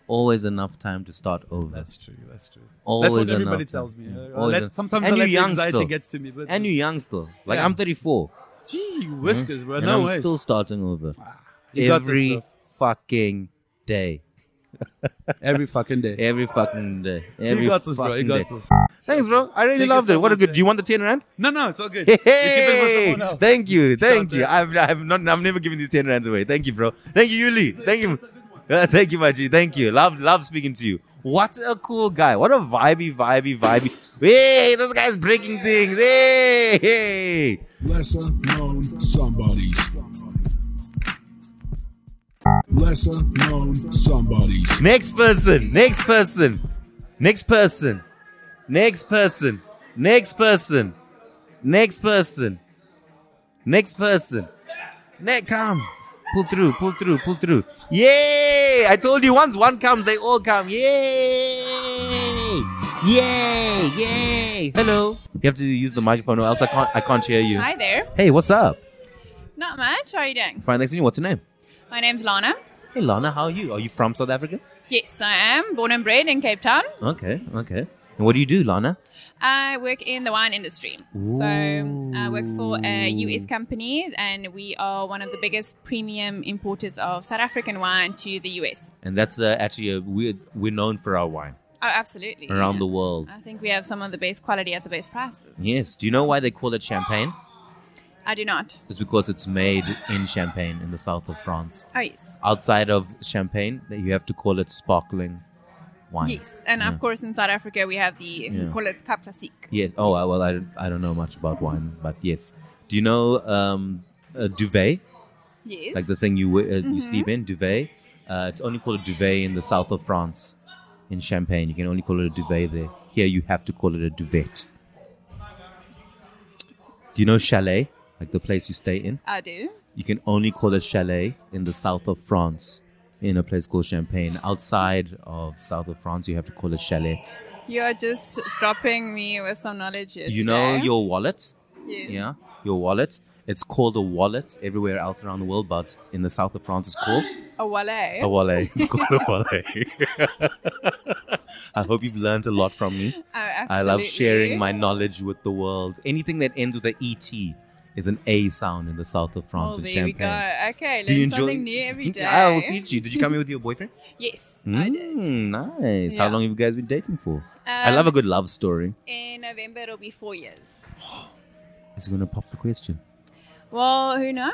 Always enough time to start over. that's true. That's true. Always that's what everybody enough time. tells me. Yeah. Uh, Always that- enough- sometimes and I you're let the young anxiety still. gets to me, but And you're young still. Like Yeah. I'm 34, gee whiskers, bro. and No I'm way. still starting over You got this, every bro. fucking day. every fucking day. Every fucking day. Every You got this, bro. fucking You day. got this. Thanks, bro. I really Thank you loved so it. What a much, good. eh? Do you want the ten rand? No, no, it's all good. Hey, You keep it for someone else. thank you, thank Shout you. out. I've, I've not, I've never given these ten rands away. Thank you, bro. Thank you, Yuli. Thank you, Uh, thank you, my G. Thank you. Love, love speaking to you. What a cool guy. What a vibey, vibey, vibey. Hey, this guy's breaking things. Hey, hey. Lesser known somebodies. Lesser known somebodies. Next person. Next person. Next person. Next person. Next person. Next person. Next person. Next come. Pull through, pull through, pull through. Yay! I told you once one comes, they all come. Yay! Yay! Yay! Hello. You have to use the microphone or else I can't I can't hear you. Hi there. Hey, what's up? Not much. How are you doing? Fine, next to you, what's your name? My name's Lana. Hey Lana, how are you? Are you from South Africa? Yes, I am born and bred in Cape Town. Okay, okay. And what do you do, Lana? I work in the wine industry. So uh, I work for a US company, and we are one of the biggest premium importers of South African wine to the US. and that's uh, actually a weird, we're known for our wine. Oh, absolutely. around the world. I think we have some of the best quality at the best prices. Yes. Do you know why they call it champagne? I do not. It's because it's made in Champagne in the south of France. Oh, yes. Outside of Champagne, that you have to call it sparkling wine. Yes, and Yeah. of course in South Africa we have the we Yeah. call it Cap Classique. Yes. Oh, I- well, I, don't- I don't know much about wines, but yes. Do you know um, a duvet? Yes. Like the thing you wear- uh, you Mhm. sleep in, duvet. Uh, it's only called a duvet in the south of France, in Champagne. You can only call it a duvet there. Here, you have to call it a duvet. Do you know chalet? Like the place you stay in? I do. You can only call it chalet in the south of France, in a place called Champagne. Outside of south of France, you have to call it chalet. You are just dropping me with some knowledge here. You know today. your wallet? Yes. Yeah, your wallet. It's called a wallet everywhere else around the world, but in the south of France, it's called a wallet. a wallet. It's called a wallet. I hope you've learned a lot from me. Oh, I love sharing absolutely. my knowledge with the world. Anything that ends with a ET is an A sound in the south of Oh, France there in we Champagne. go. Okay, Do you learn enjoy- Hmm? something new every day. I will teach you. Did you come here with your boyfriend? Yes. Mm, nice. How Yeah. long have you guys been dating for? I Um, love a good love story. In November it'll be four years. Is he going to pop the question? Well, who knows?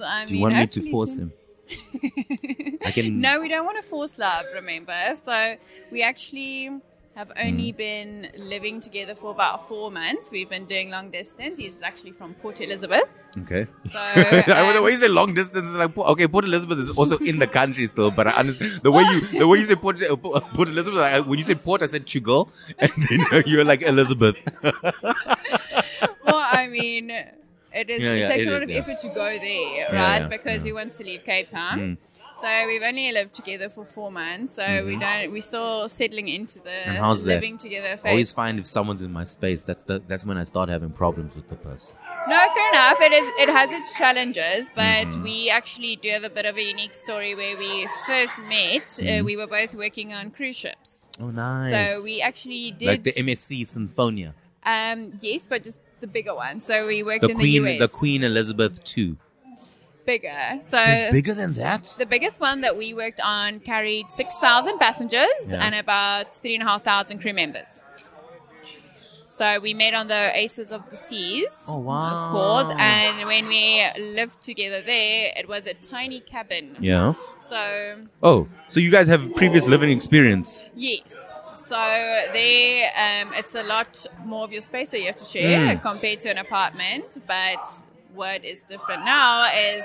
I Do mean, you want me to hopefully force soon. him? I can. No, we don't want to force love, remember? So we actually have Mm. only been living together for about four months. We've been doing long distance. He's actually from Port Elizabeth. Okay. So, I wonder um, why you say long distance. Like, Port- okay, Port Elizabeth is also in the country still, but I understand the way you the way you say Port, uh, Port Port Elizabeth. I, when you said Port, I said Chugal, and then you were like Elizabeth. well, I mean, it is. Yeah, yeah, it takes it a lot is, of yeah. effort to go there, right? Yeah, yeah, because he wants to leave Cape Town. Mm. So we've only lived together for four months. So we Mhm. don't. We're still settling into the and how's that? Oh, living together I phase. always find if someone's in my space, that's the, that's when I start having problems with the person. No, fair enough. It is. It has its challenges, but Mhm. we actually do have a bit of a unique story where we first met. Uh, Mhm. we were both working on cruise ships, Oh, nice. so we actually did. like the MSC Symphonia, um, yes, but just the bigger one. So we worked the in Queen, the US. the Queen Elizabeth II. bigger. So There's bigger than that? The biggest one that we worked on carried six thousand passengers Yeah. and about three and a half thousand crew members. So we met on the Aces of the Seas. Oh, It's called, and when we lived together there, it was a tiny cabin. Yeah. So Oh, so you guys have previous living experience. yes. So there, um, it's a lot more of your space that you have to share Mm. compared to an apartment. But what is different now is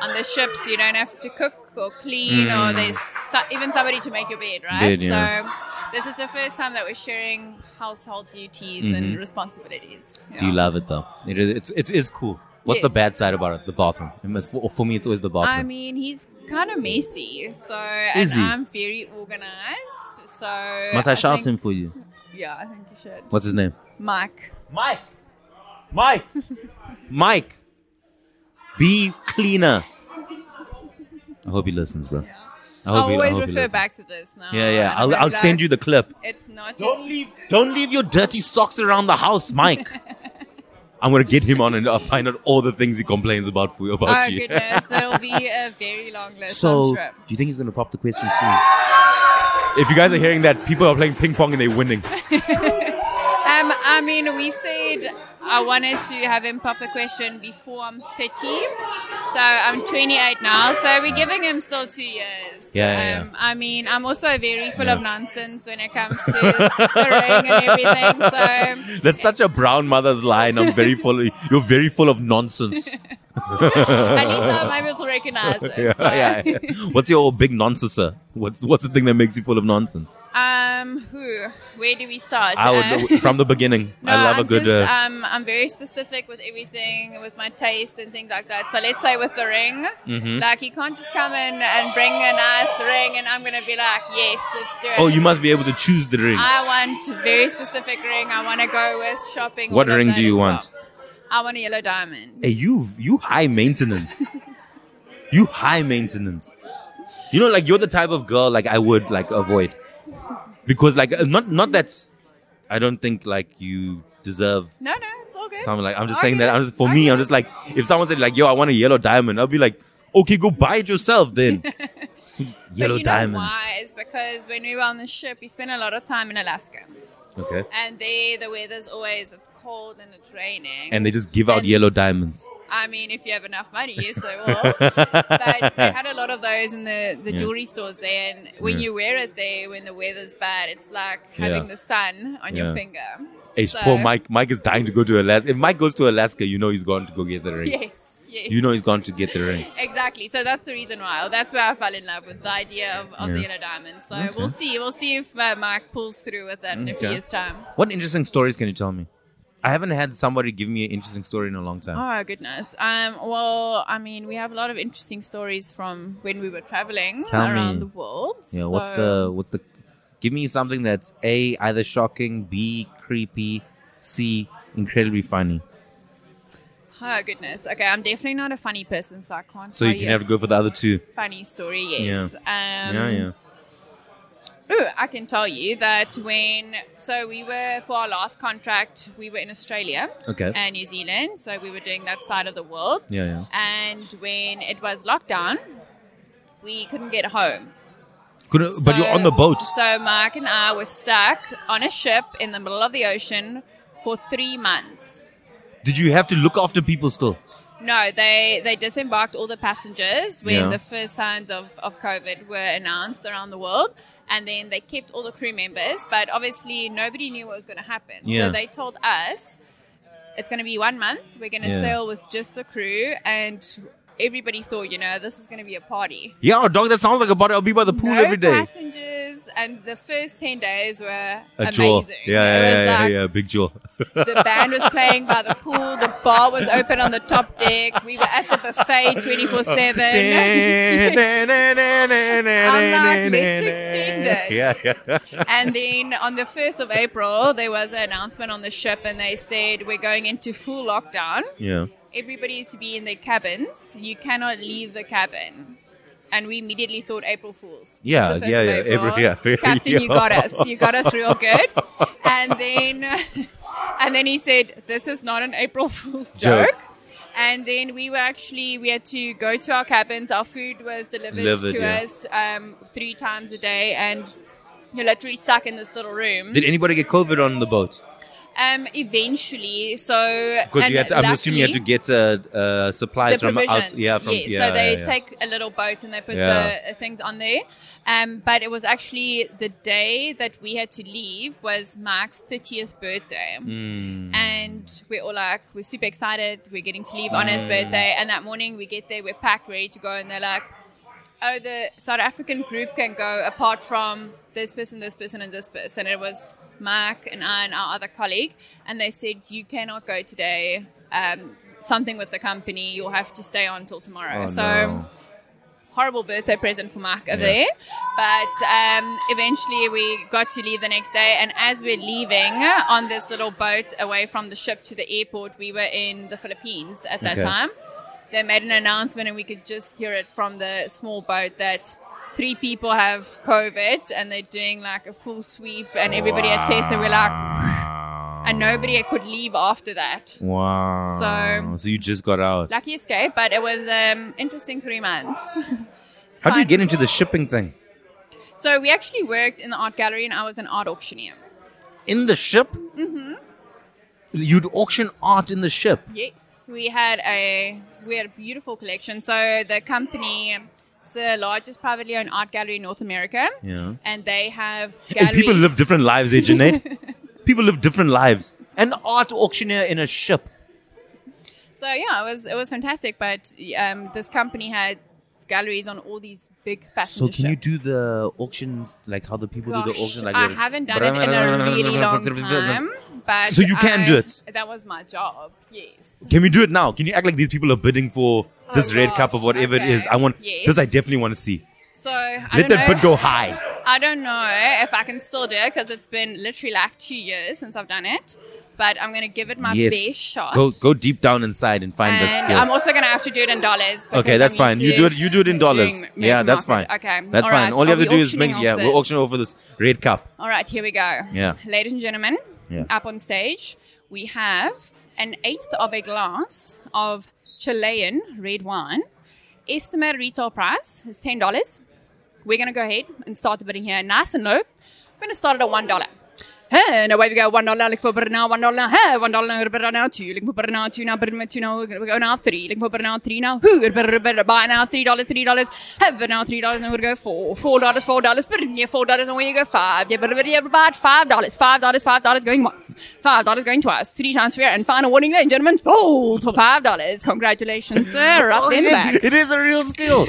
on the ships you don't have to cook or clean, Mm. or there's so- even somebody to make your bed, right? Bed, yeah. So this is the first time that we're sharing household duties Mhm. and responsibilities. Do you love it though? It is. It's. It's, it's cool. What's the Yes. bad side about it? The bathroom. It must, for, for me, it's always the bathroom. I mean, he's kind of messy, so Is he? and I'm very organized. So Must I, shout think- him for you? Yeah, I think you should. What's his name? Mike? Mike. Mike. Mike. Be cleaner. I hope he listens, bro. I I'll he- always hope he refer listens. back to this now. Yeah, and yeah. I'll, I'm I'll like, send you the clip. It's not. Don't just- leave. Don't leave your dirty socks around the house, Mike. I'm gonna get him on and I'll find out all the things he complains about for about Oh you. goodness, that'll be a very long list. So, I'm do sure. you think he's going to pop the question soon? If you guys are hearing that, people are playing ping pong and they're winning. Um, I mean, we said I wanted to have him pop the question before I'm 30, so I'm 28 now. So we're giving him still two years. Yeah, yeah, um, I mean, I'm also very full of Yeah. nonsense when it comes to the ring and everything. So That's such a brown mother's line. I'm very full. You're very full of nonsense. at least I'm able to recognize it. yeah, so. yeah, yeah. What's your big nonsenser? What's what's the thing that makes you full of nonsense? Um, who? Where do we start? I would Um, from the beginning. No, I love am a good. Just, uh, um, I'm very specific with everything, with my taste and things like that. So let's say with the ring, Mhm. like you can't just come in and bring a nice ring, and I'm gonna be like, yes, let's do it. oh, you must be able to choose the ring. uh, I want a very specific ring. I want to go with shopping. What all of ring that do you as well. want? I want a yellow diamond. Hey, you you high maintenance. you high maintenance. You know, like you're the type of girl like I would like avoid because like uh, not not that I don't think like you deserve No, no, it's all good. something like I'm just Okay. saying that I'm just for me I'm just like if someone said like yo I want a yellow diamond I'll be like okay go buy it yourself then But yellow you know diamonds why is because when we were on the ship, we spent a lot of time in Alaska. Okay. And there, the weather's always, it's cold and it's raining. And they just give out And- yellow diamonds. I mean, if you have enough money, yes, they will. but they had a lot of those in the, the Yeah. jewelry stores there. And when Yeah. you wear it there, when the weather's bad, it's like having Yeah. the sun on Yeah. your finger. Hey, So- poor Mike. Mike is dying to go to Alaska. If Mike goes to Alaska, you know he's gone to go get the ring. Yes, yes. You know he's gone to get the ring. Exactly. So that's the reason why. Or that's where I fell in love with the idea of, of the Yeah. yellow diamond. So Okay. we'll see. We'll see if uh, Mike pulls through with that in a few Okay. years' time. What interesting stories can you tell me? I haven't had somebody give me an interesting story in a long time. Oh goodness. Um. Well, I mean, we have a lot of interesting stories from when we were traveling Tell around me. the world. Yeah, what's So- the what's the? Give me something that's a either shocking, b creepy, c incredibly funny. Oh goodness. Okay, I'm definitely not a funny person, so I can't. So tell you can have to go for the other two. a funny story. Yes. Yeah. Um, yeah, yeah. Ooh, I can tell you that when so we were for our last contract, we were in Australia Okay. and New Zealand, so we were doing that side of the world. Yeah, yeah. And when it was lockdown, we couldn't get home. Couldn't- but you're So- on the boat. So Mark and I were stuck on a ship in the middle of the ocean for three months. Did you have to look after people still? No, they they disembarked all the passengers when Yeah. the first signs of, of COVID were announced around the world, and then they kept all the crew members. But obviously, nobody knew what was going to happen. Yeah. So they told us it's going to be one month. We're going to Yeah. sail with just the crew, and everybody thought, you know, this is going to be a party. Yeah, oh, dog. That sounds like a body. I'll be by the pool no every day. passengers, and the first ten days were A amazing. jaw. Yeah, yeah, It was yeah, yeah, like yeah, Big jaw. the band was playing by the pool. The bar was open on the top deck. We were at the buffet 24 7. I'm like, let's extend it. yeah, yeah. And then on the 1st of April, there was an announcement on the ship, and they said, We're going into full lockdown. yeah. Everybody is to be in their cabins. You cannot leave the cabin. And we immediately thought April Fools. Yeah, It's the yeah, 1st of yeah, April. every- yeah, Captain, you yeah. got us. You got us real good. And then, and then he said, "This is not an April Fool's joke." Joke. And then we were actually we had to go to our cabins. Our food was delivered Delivered, to yeah. us um, three times a day, and you're literally stuck in this little room. Did anybody get COVID on the boat? um, eventually, so Because and you had to, I'm assuming you had to luckily- get uh, uh, supplies the from provisions. out, yeah, from yeah. so they yeah, yeah. take a little boat and they put Yeah. the uh, things on there. Um, but it was actually the day that we had to leave was Mark's 30th birthday. Mm. And we're all like, we're super excited. We're getting to leave on his Mm. birthday. And that morning we get there, we're packed, ready to go. And they're like, oh, the South African group can go apart from this person, this person, and this person. It was Mark and I and our other colleague, and they said, You cannot go today. Um, something with the company, you'll have to stay on till tomorrow. Oh, so, no. horrible birthday present for Mark Yeah. there. But um, eventually we got to leave the next day. And as we're leaving on this little boat away from the ship to the airport, we were in the Philippines at that Okay. time. They made an announcement, and we could just hear it from the small boat that three people have COVID and they're doing like a full sweep, and everybody had tests. And we're like, and nobody could leave after that. Wow. So- so you just got out. Lucky escape, but it was um, interesting three months. How do you get into the shipping thing? So we actually worked in the art gallery, and I was an art auctioneer. In the ship? hmm You'd auction art in the ship. Yes, we had a we had a beautiful collection. So the company, it's the largest privately owned art gallery in North America, Yeah. and they have And galleries. people live different lives, eh, Jeanette? people live different lives. An art auctioneer in a ship. so yeah, it was it was fantastic. But um, this company had galleries on all these big passenger So ships. can you do the auctions like how the people do the Gosh, auction? Like I that? haven't done it in a really long time, but So you can I- do it? That was my job. Yes. Can we do it now? Can you act like these people are bidding for this red cup of whatever it is? Oh okay. I want Yes. this. I definitely want to see. So I Let don't that know. bid go high. I don't know if I can still do it because it's been literally like two years since I've done it. But I'm going to give it my best shot. Go go deep down inside and find the and skill. I'm also going to have to do it in dollars. because okay, that's I'm fine. You used do to it. You do it in dollars. doing Yeah, that's fine. market. Okay, that's all fine. right. All you Are have to we do is make. auctioning off Yeah, we'll this? auction over this red cup. All right, here we go. Yeah. Ladies and gentlemen, Yeah. up on stage, we have an eighth of a glass of Chilean red wine. Estimated retail price is $10. we're going to go ahead and start the bidding here. Nice and low. We're going to start it at $1. Hey, and away we go. One dollar, looking for bidder now. One dollar now. Hey, one dollar now. Bidder now. Two, looking for bidder now. Two now. Bidder two now. We're gonna go now. Three, looking for bidder now. Three now. Who? Bidder, bidder, buy now. Three dollars, three dollars. Hey, bidder now. Three dollars. Now we're gonna go four. Four dollars, four dollars. Bidder yeah, four dollars. And we go five. Yeah, bidder, bidder, yeah, buy five dollars. Five dollars, five dollars. Going once. Five dollars going twice. Three times fair. And final warning, ladies and gentlemen, sold for five dollars. Congratulations, sir. Up Oh, in the shit, back. It is a real skill,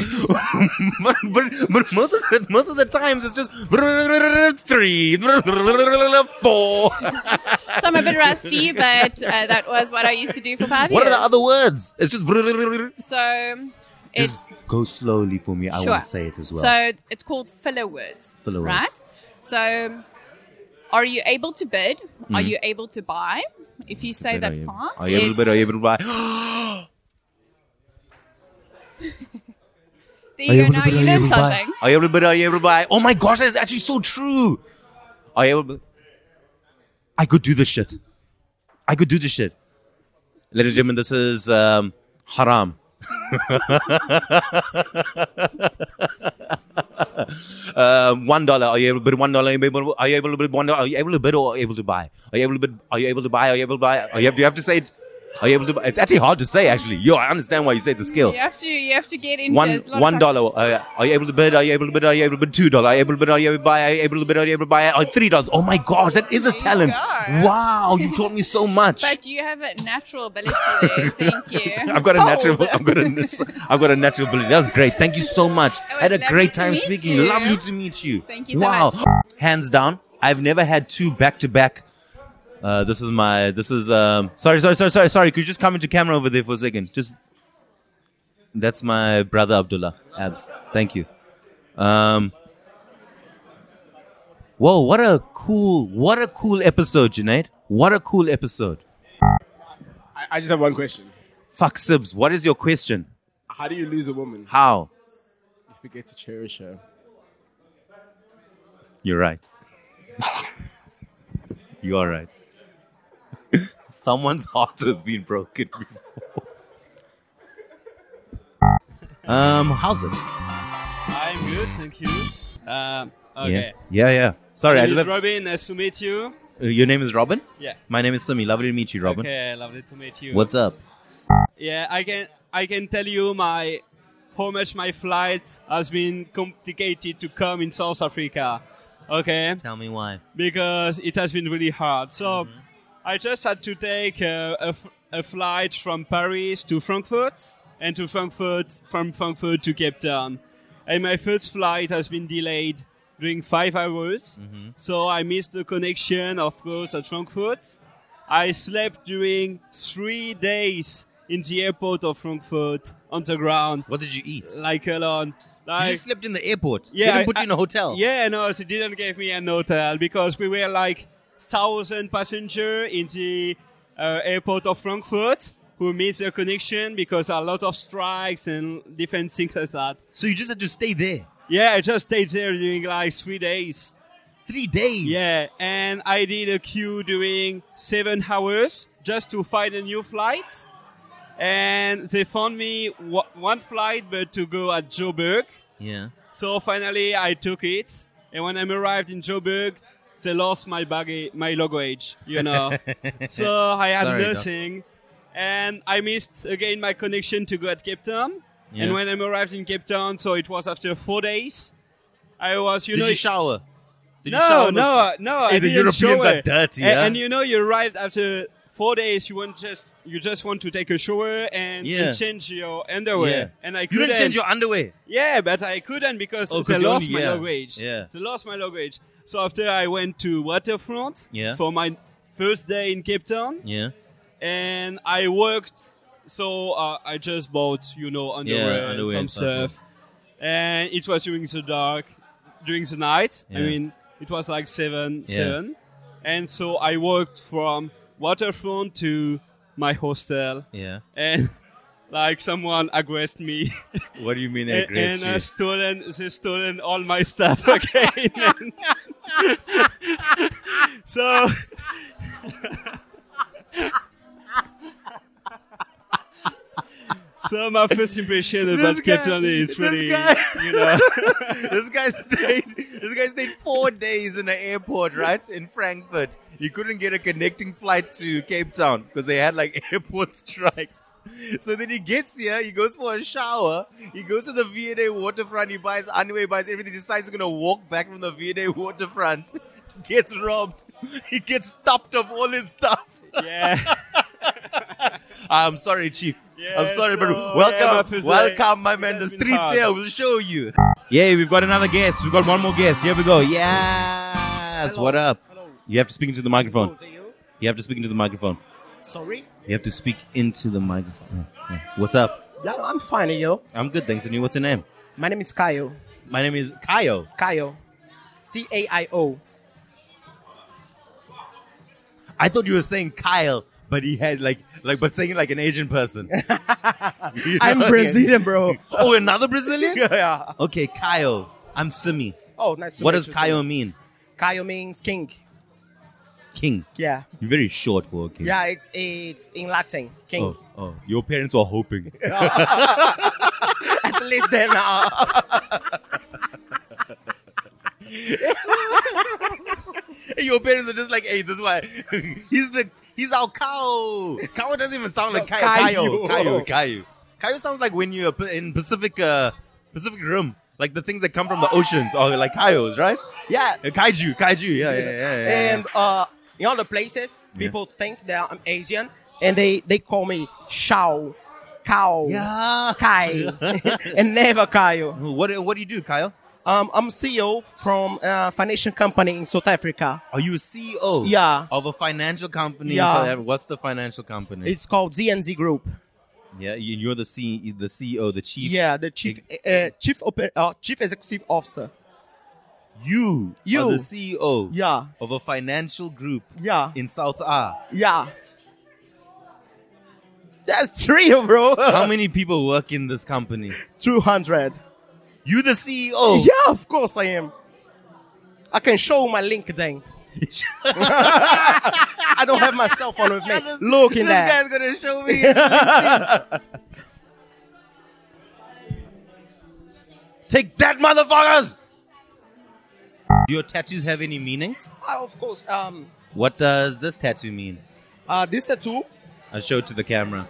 but, but but most of the most of the times it's just three, four. So I'm a bit rusty, but uh, that was what I used to do for five What are years. the other words? It's just So just go slowly for me. I want to say it as well. So it's called filler words. Filler words. Right? So are you able to bid? Are Mhm. you able to buy? If you say that fast, Are you able it's- to buy? Are you able to buy? Are there you go. Now bid? you Are learned able to buy? something. Are you able to bid? Are you able to buy? Oh my gosh, that's actually so true. Are you able? To... I could do this shit. I could do this shit. Ladies and gentlemen, this is um, haram. um, one dollar. Are you able to bid one dollar? Are you able- are you able to bid one dollar? Are you able to bid or able to buy? Are you able to bid? Are you able to buy? Are you able to buy? Are you have, do you have to say it? Are you able to? Buy? It's actually hard to say. Actually, yo, I understand why you say it's a skill. You have to you have to get into One it. It's a lot of one practice. dollar. Uh, are you able to bid? Are you able to bid? Are you able to bid two dollar? Are you able to bid? Are you able to buy? Are you able to bid? Are you able to buy? Oh, three dollars. Oh my gosh, that is a talent. Wow, you taught me so much. But you have a natural ability there. Thank you. I've got a Sold. natural. I've got a. I've got a natural ability. That was great. Thank you so much. I had a great time meet speaking. you. Lovely to meet you. Thank you so wow. much. Hands down, I've never had two back to back. Uh, This is my. This is. Um, sorry, sorry, sorry, sorry, sorry. Could you just come into camera over there for a second? Just. That's my brother Abdullah. Abs. Thank you. Um. Whoa! What a cool. What a cool episode, Junaid. What a cool episode. I, I just have one question. Fuck Sibs. What is your question? How do you lose a woman? How? You forget to cherish her. You're right. you are right. Someone's heart has been broken before. um, how's it? I'm good, thank you. Um, okay. Yeah, yeah, yeah. Sorry, My I name is didn't. Robin, nice to meet you. Uh, Your name is Robin. Yeah. My name is Simi. Lovely to meet you, Robin. Okay, lovely to meet you. What's up? Yeah, I can I can tell you my how much my flight has been complicated to come in South Africa. Okay. Tell me why. Mm-hmm. Because it has been really hard. So I just had to take uh, a, f- a flight from Paris to Frankfurt and to Frankfurt from Frankfurt to Cape Town. And my first flight has been delayed during five hours. Mm-hmm. So I missed the connection, of course, at Frankfurt. I slept during three days in the airport of Frankfurt on the ground. What did you eat? Like alone. Like, just slept in the airport. They Yeah, didn't I- put you in a I- hotel. Yeah, no, they didn't give me an hotel because we were like thousand passenger in the uh, airport of Frankfurt who missed their connection because a lot of strikes and different things like that. So you just had to stay there. Yeah, I just stayed there during like three days. Three days. Yeah, and I did a queue during seven hours just to find a new flight. And they found me w- one flight, but to go at Joburg. Yeah. So finally, I took it, and when I arrived in Joburg, they lost my baggage, my luggage. You know, so I had Sorry, doc. nothing, and I missed again my connection to go at Cape Town. Yeah. And when I arrived in Cape Town, so it was after four days. I was, you Did know, you shower? Did no, you shower on the- no, uh, no. Hey, I the didn't Europeans shower. are dirty, And, huh? and you know, you arrived after four days. You want just, you just want to take a shower and, Yeah. and change your underwear. Yeah. And I You couldn't didn't change your underwear. Yeah, but I couldn't because Oh, 'cause they you lost only- my yeah. luggage. Yeah. they lost my luggage. So after I went to waterfront Yeah. for my first day in Cape Town, Yeah. and I worked. So uh, I just bought, you know, underwear, Yeah, and underwear some and stuff, yeah. stuff, and it was during the dark, during the night. I Yeah. mean, it was like seven, Yeah. seven, and so I worked from waterfront to my hostel. Yeah. and like someone aggressed me. What do you mean A- And aggressed I you? stolen, they stolen all my stuff again. And- so. So my first impression about This guy- Cape Town is this really, guy- you know, this guy stayed. This guy stayed four days in an airport, right, in Frankfurt. He couldn't get a connecting flight to Cape Town because they had like airport strikes. So then he gets here. He goes for a shower. He goes to the V&A waterfront. He buys underwear, he buys everything. Decides he's gonna walk back from the V&A waterfront. Gets robbed. He gets stopped of all his stuff. Yeah. I'm sorry, Chief. I'm Oh, Yeah, sorry, but so Emma welcome, is welcome, my like- man. it The has been streets hard. here will show you. Yeah, we've got another guest. We've got one more guest. Here we go. Yes. What up? You have to speak into the microphone. You have to speak into the microphone. Sorry? You have to speak into the microphone. Yeah, yeah. What's up? Yeah, I'm fine, and you? I'm good, thanks. And you, what's your name? My name is Kayo. My name is Kayo. Kayo. C A I O. I thought you were saying Kyle, but he had like, like, but saying it like an Asian person. You know I'm what I mean? Brazilian, bro. Oh, another Brazilian? yeah. Okay, Kyle. I'm Simi. Oh, nice to What meet does you, Kayo Simi. mean? Kayo means king. King. Yeah. You're very short for a king. Yeah, it's it's in Latin. King. Oh, oh, your parents were hoping. At least then. uh. your parents are just like, hey, this is why he's the he's our cow. Cow doesn't even sound like cow. Cow, Caillou. cow, cow. Cow sounds like when you're in Pacific uh, Pacific Rim, like the things that come from the oceans are like cows, right? Yeah. Uh, kaiju, kaiju, yeah, yeah, yeah. yeah, yeah. and uh, in other places, people think that I'm Asian and they, they call me Shao, Kao, Kai, and never Kyle. What, what do you do, Kyle? Um, I'm CEO from a financial company in South Africa. are you a E CEO? Yeah. Of a financial company. in Yeah. South Africa? What's the financial company? It's called ZNZ Group. yeah, you- you're the C, the CEO, the chief. yeah, the chief uh, chief oper- uh, chief executive officer. You, You. are the CEO. Yeah. E Of a financial group. Yeah. In South A. Yeah. That's real, bro. How many people work in this company? 200. You the E CEO? Yeah, of course I am. I can show my LinkedIn. I don't have my cell phone with me. Look in this that. guy's gonna show me. his LinkedIn. Take that, motherfuckers! Do your tattoos have any meanings? Ah, of course. Um, What does this tattoo mean? uh, this tattoo, I show it to the camera.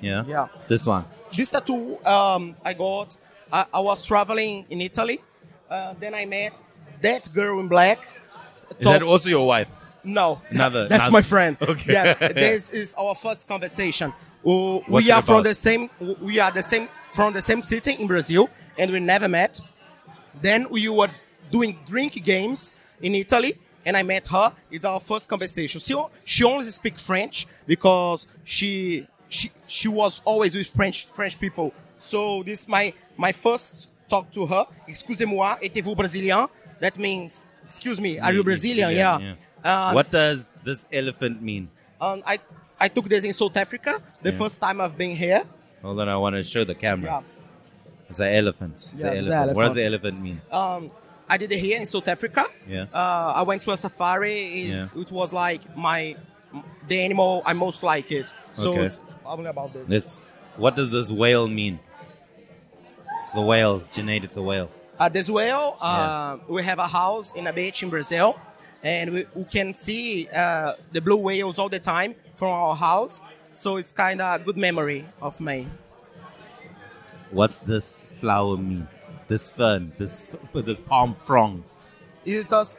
Yeah. Yeah. This one. this tattoo, um, I got. I, I was traveling in Italy. Uh, then I met that girl in black. Is Top- that also your wife? No, Another- That's another- my friend. Okay. Yeah, this is our first conversation. Oh, What's we it are from about? the same. We are the same from the same city in Brazil, and we never met. Then we were doing drink games in Italy, and I met her. It's our first conversation. She o- she only speaks French because she she she was always with French French people. So this is my my first talk to her. Excusez-moi, êtes-vous brésilien? That means excuse me, are you Brazilian? Yeah. Uh, what does this elephant mean? um, I I took this in South Africa. The Yeah. first time I've been here. Hold on, I want to show the camera. It's an elephant. It's Yeah, an it's elephant. an What elephant. does the elephant mean? Um, I did it here in South Africa. Yeah. Uh, I went to a safari. It, Yeah. it was like my the animal I most like it. So Okay. it's probably about this. This. What does this whale mean? It's a whale, Janaid. It's a whale. Uh, this well, uh, we have a house in a beach in Brazil, and we, we can see uh, the blue whales all the time from our house. So it's kind of good memory of me. What's this flower mean? This fern. This f- this palm frond. Is this?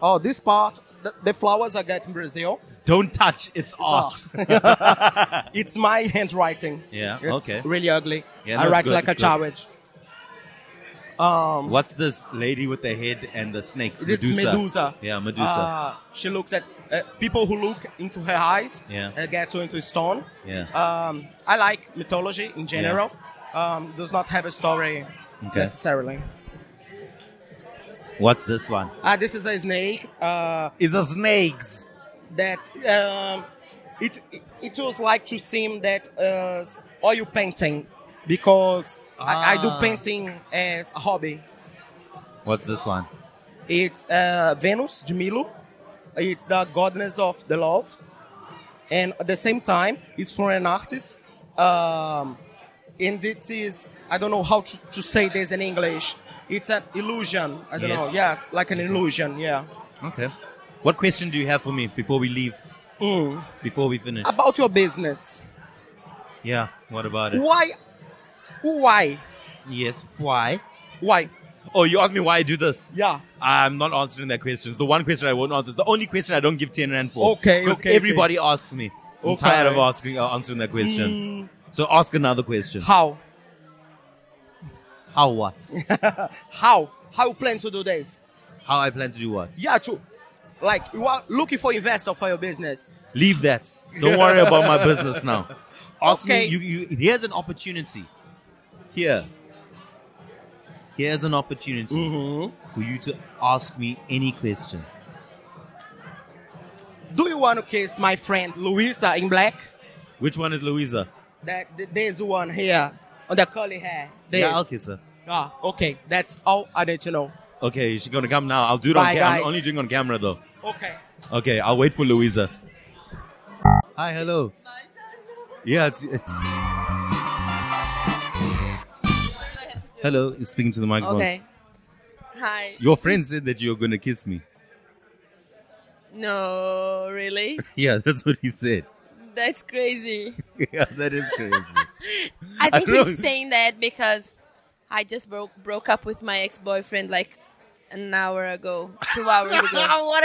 Oh, this part the, the flowers I get in Brazil. Don't touch. It's art. art. it's my handwriting. Yeah, It's okay. Really ugly. Yeah, I no, write good, like a good. child. Um, What's this lady with the head and the snakes? This Medusa. Medusa. Yeah, Medusa. Uh, she looks at uh, people who look into her eyes. Yeah. Uh, get turned into stone. Yeah. Um, I like mythology in general. Um, does not have a story Okay. necessarily. What's this one? Uh, this is a snake. Uh, It's a snakes. that um, it, it it was like to seem that uh, oil painting because I, I do Ah. painting as a hobby. What's this one? It's uh, Venus de Milo. It's the goddess of the love, and at the same time, it's for an artist. Um, and it is I don't know how to, to say this in English. It's an illusion. I don't Yes. know. Yes, like an illusion. Yeah. Okay. What question do you have for me before we leave? Mm. Before we finish? About your business. Yeah. What about it? Why? Why? Yes. Why? Why? Oh, you asked me why I do this. Yeah. I'm not answering that question. It's the one question I won't answer. It's the only question I don't give 10 rand for. Okay, Because okay, everybody okay. asks me. I'm Okay. Mm. tired of asking, uh, answering that question. So ask another question. How? How what? How? How you plan to do this? How I plan to do what? Yeah, to like you are looking for investor for your business. Leave that. Don't worry about my business now. Ask Okay. me. You, you, here's an opportunity. Here. Here's an opportunity Mm-hmm. for you to ask me any question. Do you want to kiss my friend Luisa in black? Which one is Louisa? That th- there's one here on the curly hair. There's. Yeah, I'll kiss her. Ah, okay. That's all I need to know. Okay, she's gonna come now. I'll do it Bye, on camera. guys. I'm only doing on camera though. Okay. Okay, I'll wait for Louisa. Hi, hello. Yeah, it's, it's hello. You're speaking to the microphone. Okay. Hi. Your friend said that you're gonna kiss me. No, really? Yeah, that's what he said. That's crazy. yeah, that is crazy. I think don't- he's saying that because I just broke broke up with my ex boyfriend like an hour ago, two hours ago. what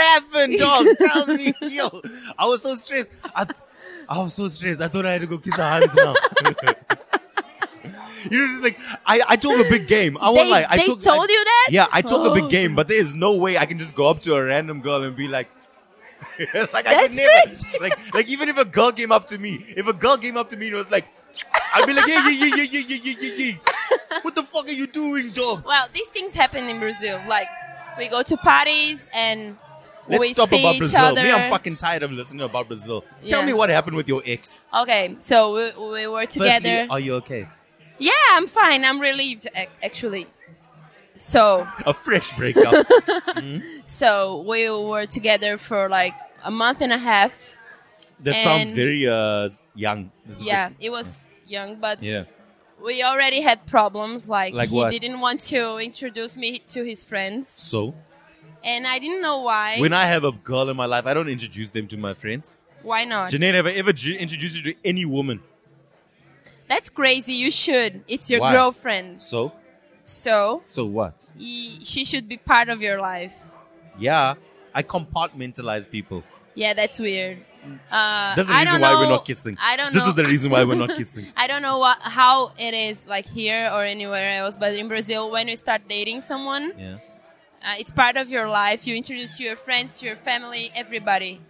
happened, dog? Tell me, yo. I was so stressed. I, th- I was so stressed. I thought I had to go kiss her hands now. You're just like I, I talk a big game. I won't They- lie. I they talk, told I- you that? Yeah, I talk a Oh. big game, but there is no way I can just go up to a random girl and be like, like I That's could never, like like even if a girl came up to me, if a girl came up to me and was like, I'd be like, yeah, yeah, yeah, yeah, yeah, yeah, yeah, yeah. What the fuck are you doing, dog? Well, these things happen in Brazil. Like we go to parties and Let's we stop see about each Brazil. other. Me, I'm fucking tired of listening about Brazil. Tell Yeah. me what happened with your ex. Okay, so we, we were together. Firstly, are you okay? yeah, I'm fine. I'm relieved ac- actually. So A fresh breakup. So we were together for like a month and a half. that And- sounds very uh young. That's Yeah, good. it was young, but Yeah. we already had problems. Like, Like he what? didn't want to introduce me to his friends, So and I didn't know why. when I have a girl in my life, I don't introduce them to my friends. why not? Janae, have I ever ju- introduced you to any woman? That's crazy. You should. It's your Why? girlfriend, So so so what? y- she should be part of your life. Yeah, I compartmentalize people. Yeah, that's weird. Uh, That's the I reason don't why know, we're not kissing. I don't This know. is the reason why we're not kissing. I don't know what, how it is like here or anywhere else, but in Brazil, when you start dating someone, Yeah. uh, it's part of your life. You introduce to your friends, to your family, everybody.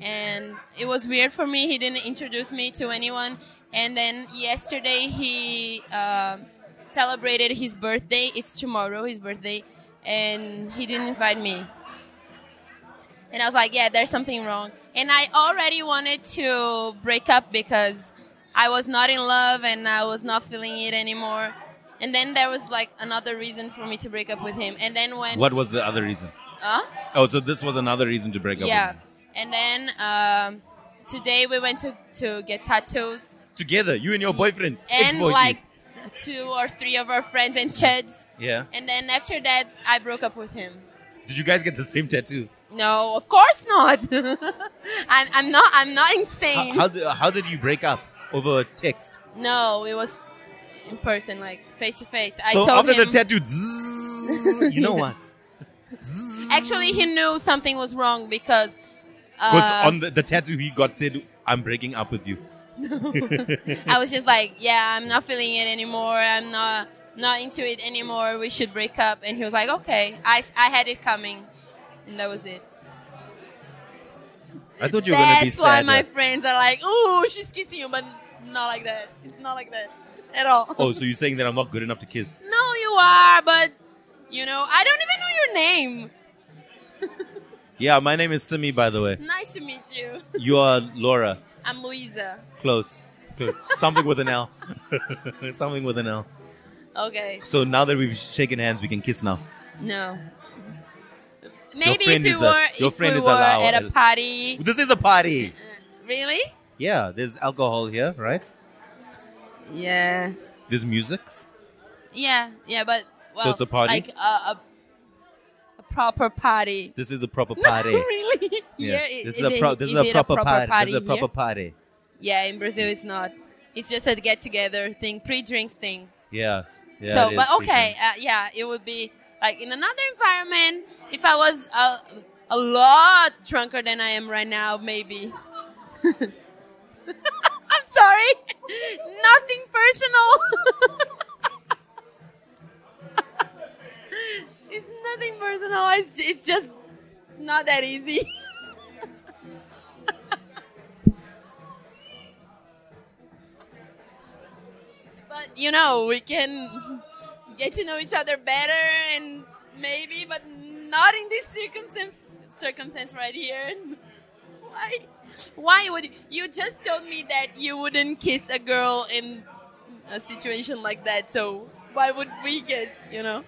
And it was weird for me. He didn't introduce me to anyone. And then yesterday he uh, celebrated his birthday. It's tomorrow, his birthday, and he didn't invite me. And I was like, yeah, there's something wrong. And I already wanted to break up because I was not in love and I was not feeling it anymore. And then there was like another reason for me to break up with him. And then when What was the other reason? Huh? Oh, so this was another reason to break up. with Yeah. me. And then um, today we went to, to get tattoos Together, you and your boyfriend. Mm. and ex-boyfriend. like two or three of our friends and chuds. Yeah. And then after that, I broke up with him. Did you guys get the same tattoo? No, of course not. I'm, I'm not. I'm not How, insane. how, did, how did you break up over text? no, it was in person, like face to face. I so told after him. the tattoo, zzzz, you know what? Actually, he knew something was wrong because. Because Uh, on the, the tattoo he got said, "I'm breaking up with you." uh, I was just like, yeah, I'm not feeling it anymore. I'm not not into it anymore. We should break up. And he was like, okay, I, I had it coming, and that was it. I thought you were gonna be That's why sad. my friends are like, ooh, she's kissing you, but not like that. It's not like that at all. oh, so you're saying that I'm not good enough to kiss? No, you are, but you know, I don't even know your name. Yeah, my name is Simi, by the way. Nice to meet you. You are Laura. I'm Luisa. Close. Close. Something with an L. Something with an L. Okay. So now that we've shaken hands, we can kiss now. No. Maybe if friend we is a- were, your if friend we is were allowed- at a party. This is a party. Really? Yeah, there's alcohol here, right? Yeah. There's music. Yeah, yeah, but well, it's a party? like a, a, a proper party. This is a proper No, party. really? Here, Yeah. i- This is a it- pro- this is it a proper party. This is a here? proper party. Yeah, in Brazil it's not. It's just a get together thing, pre-drinks thing. Yeah. Yeah. it so, is but pretty okay, uh, yeah, it would be like in another environment. If I was a, a lot drunker than I am right now, maybe. I'm sorry, nothing personal. it's nothing personal. It's ju- it's just not that easy. But you know, we can get to know each other better and maybe, but not in this circumstance. Circumstance right here. Why? Why would you just told me that you wouldn't kiss a girl in a situation like that? So why would we kiss? You know.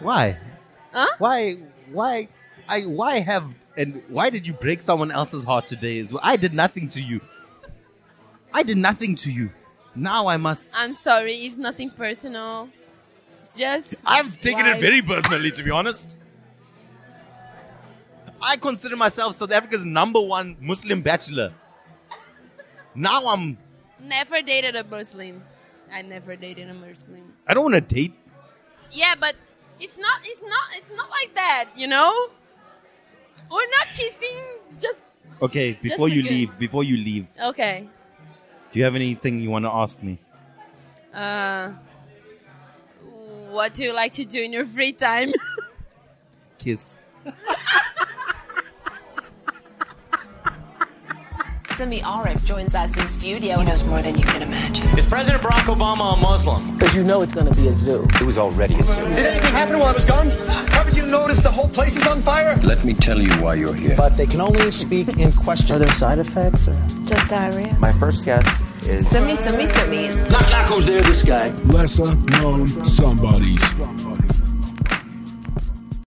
Why? Huh? Why? Why? I why have and why did you break someone else's heart today? As well? I did nothing to you. I did nothing to you. Now I must. I'm sorry. It's nothing personal. It's just I've taken why- it very personally, to be honest. I consider myself South Africa's number one Muslim bachelor. Now I'm. Never dated a Muslim. I never dated a Muslim. I don't want to date. Yeah, but it's not. It's not. It's not like that. You know. We're not kissing. Just Okay, before a you good- leave, before you leave, okay. do you have anything you want to ask me? Uh, what do you like to do in your free time? Kiss. Simi Arif joins us in studio. He knows more than you can imagine. Is President Barack Obama a Muslim? Because you know it's going to be a zoo. It was already a zoo. Did anything happen while I was gone? Haven't you noticed the whole place is on fire? Let me tell you why you're here. But they can only speak in question. Are there side effects? Or? Just diarrhea. My first guess is Simi, Simi, Simi. Not Jocko's there, this guy. Lesser known somebodies.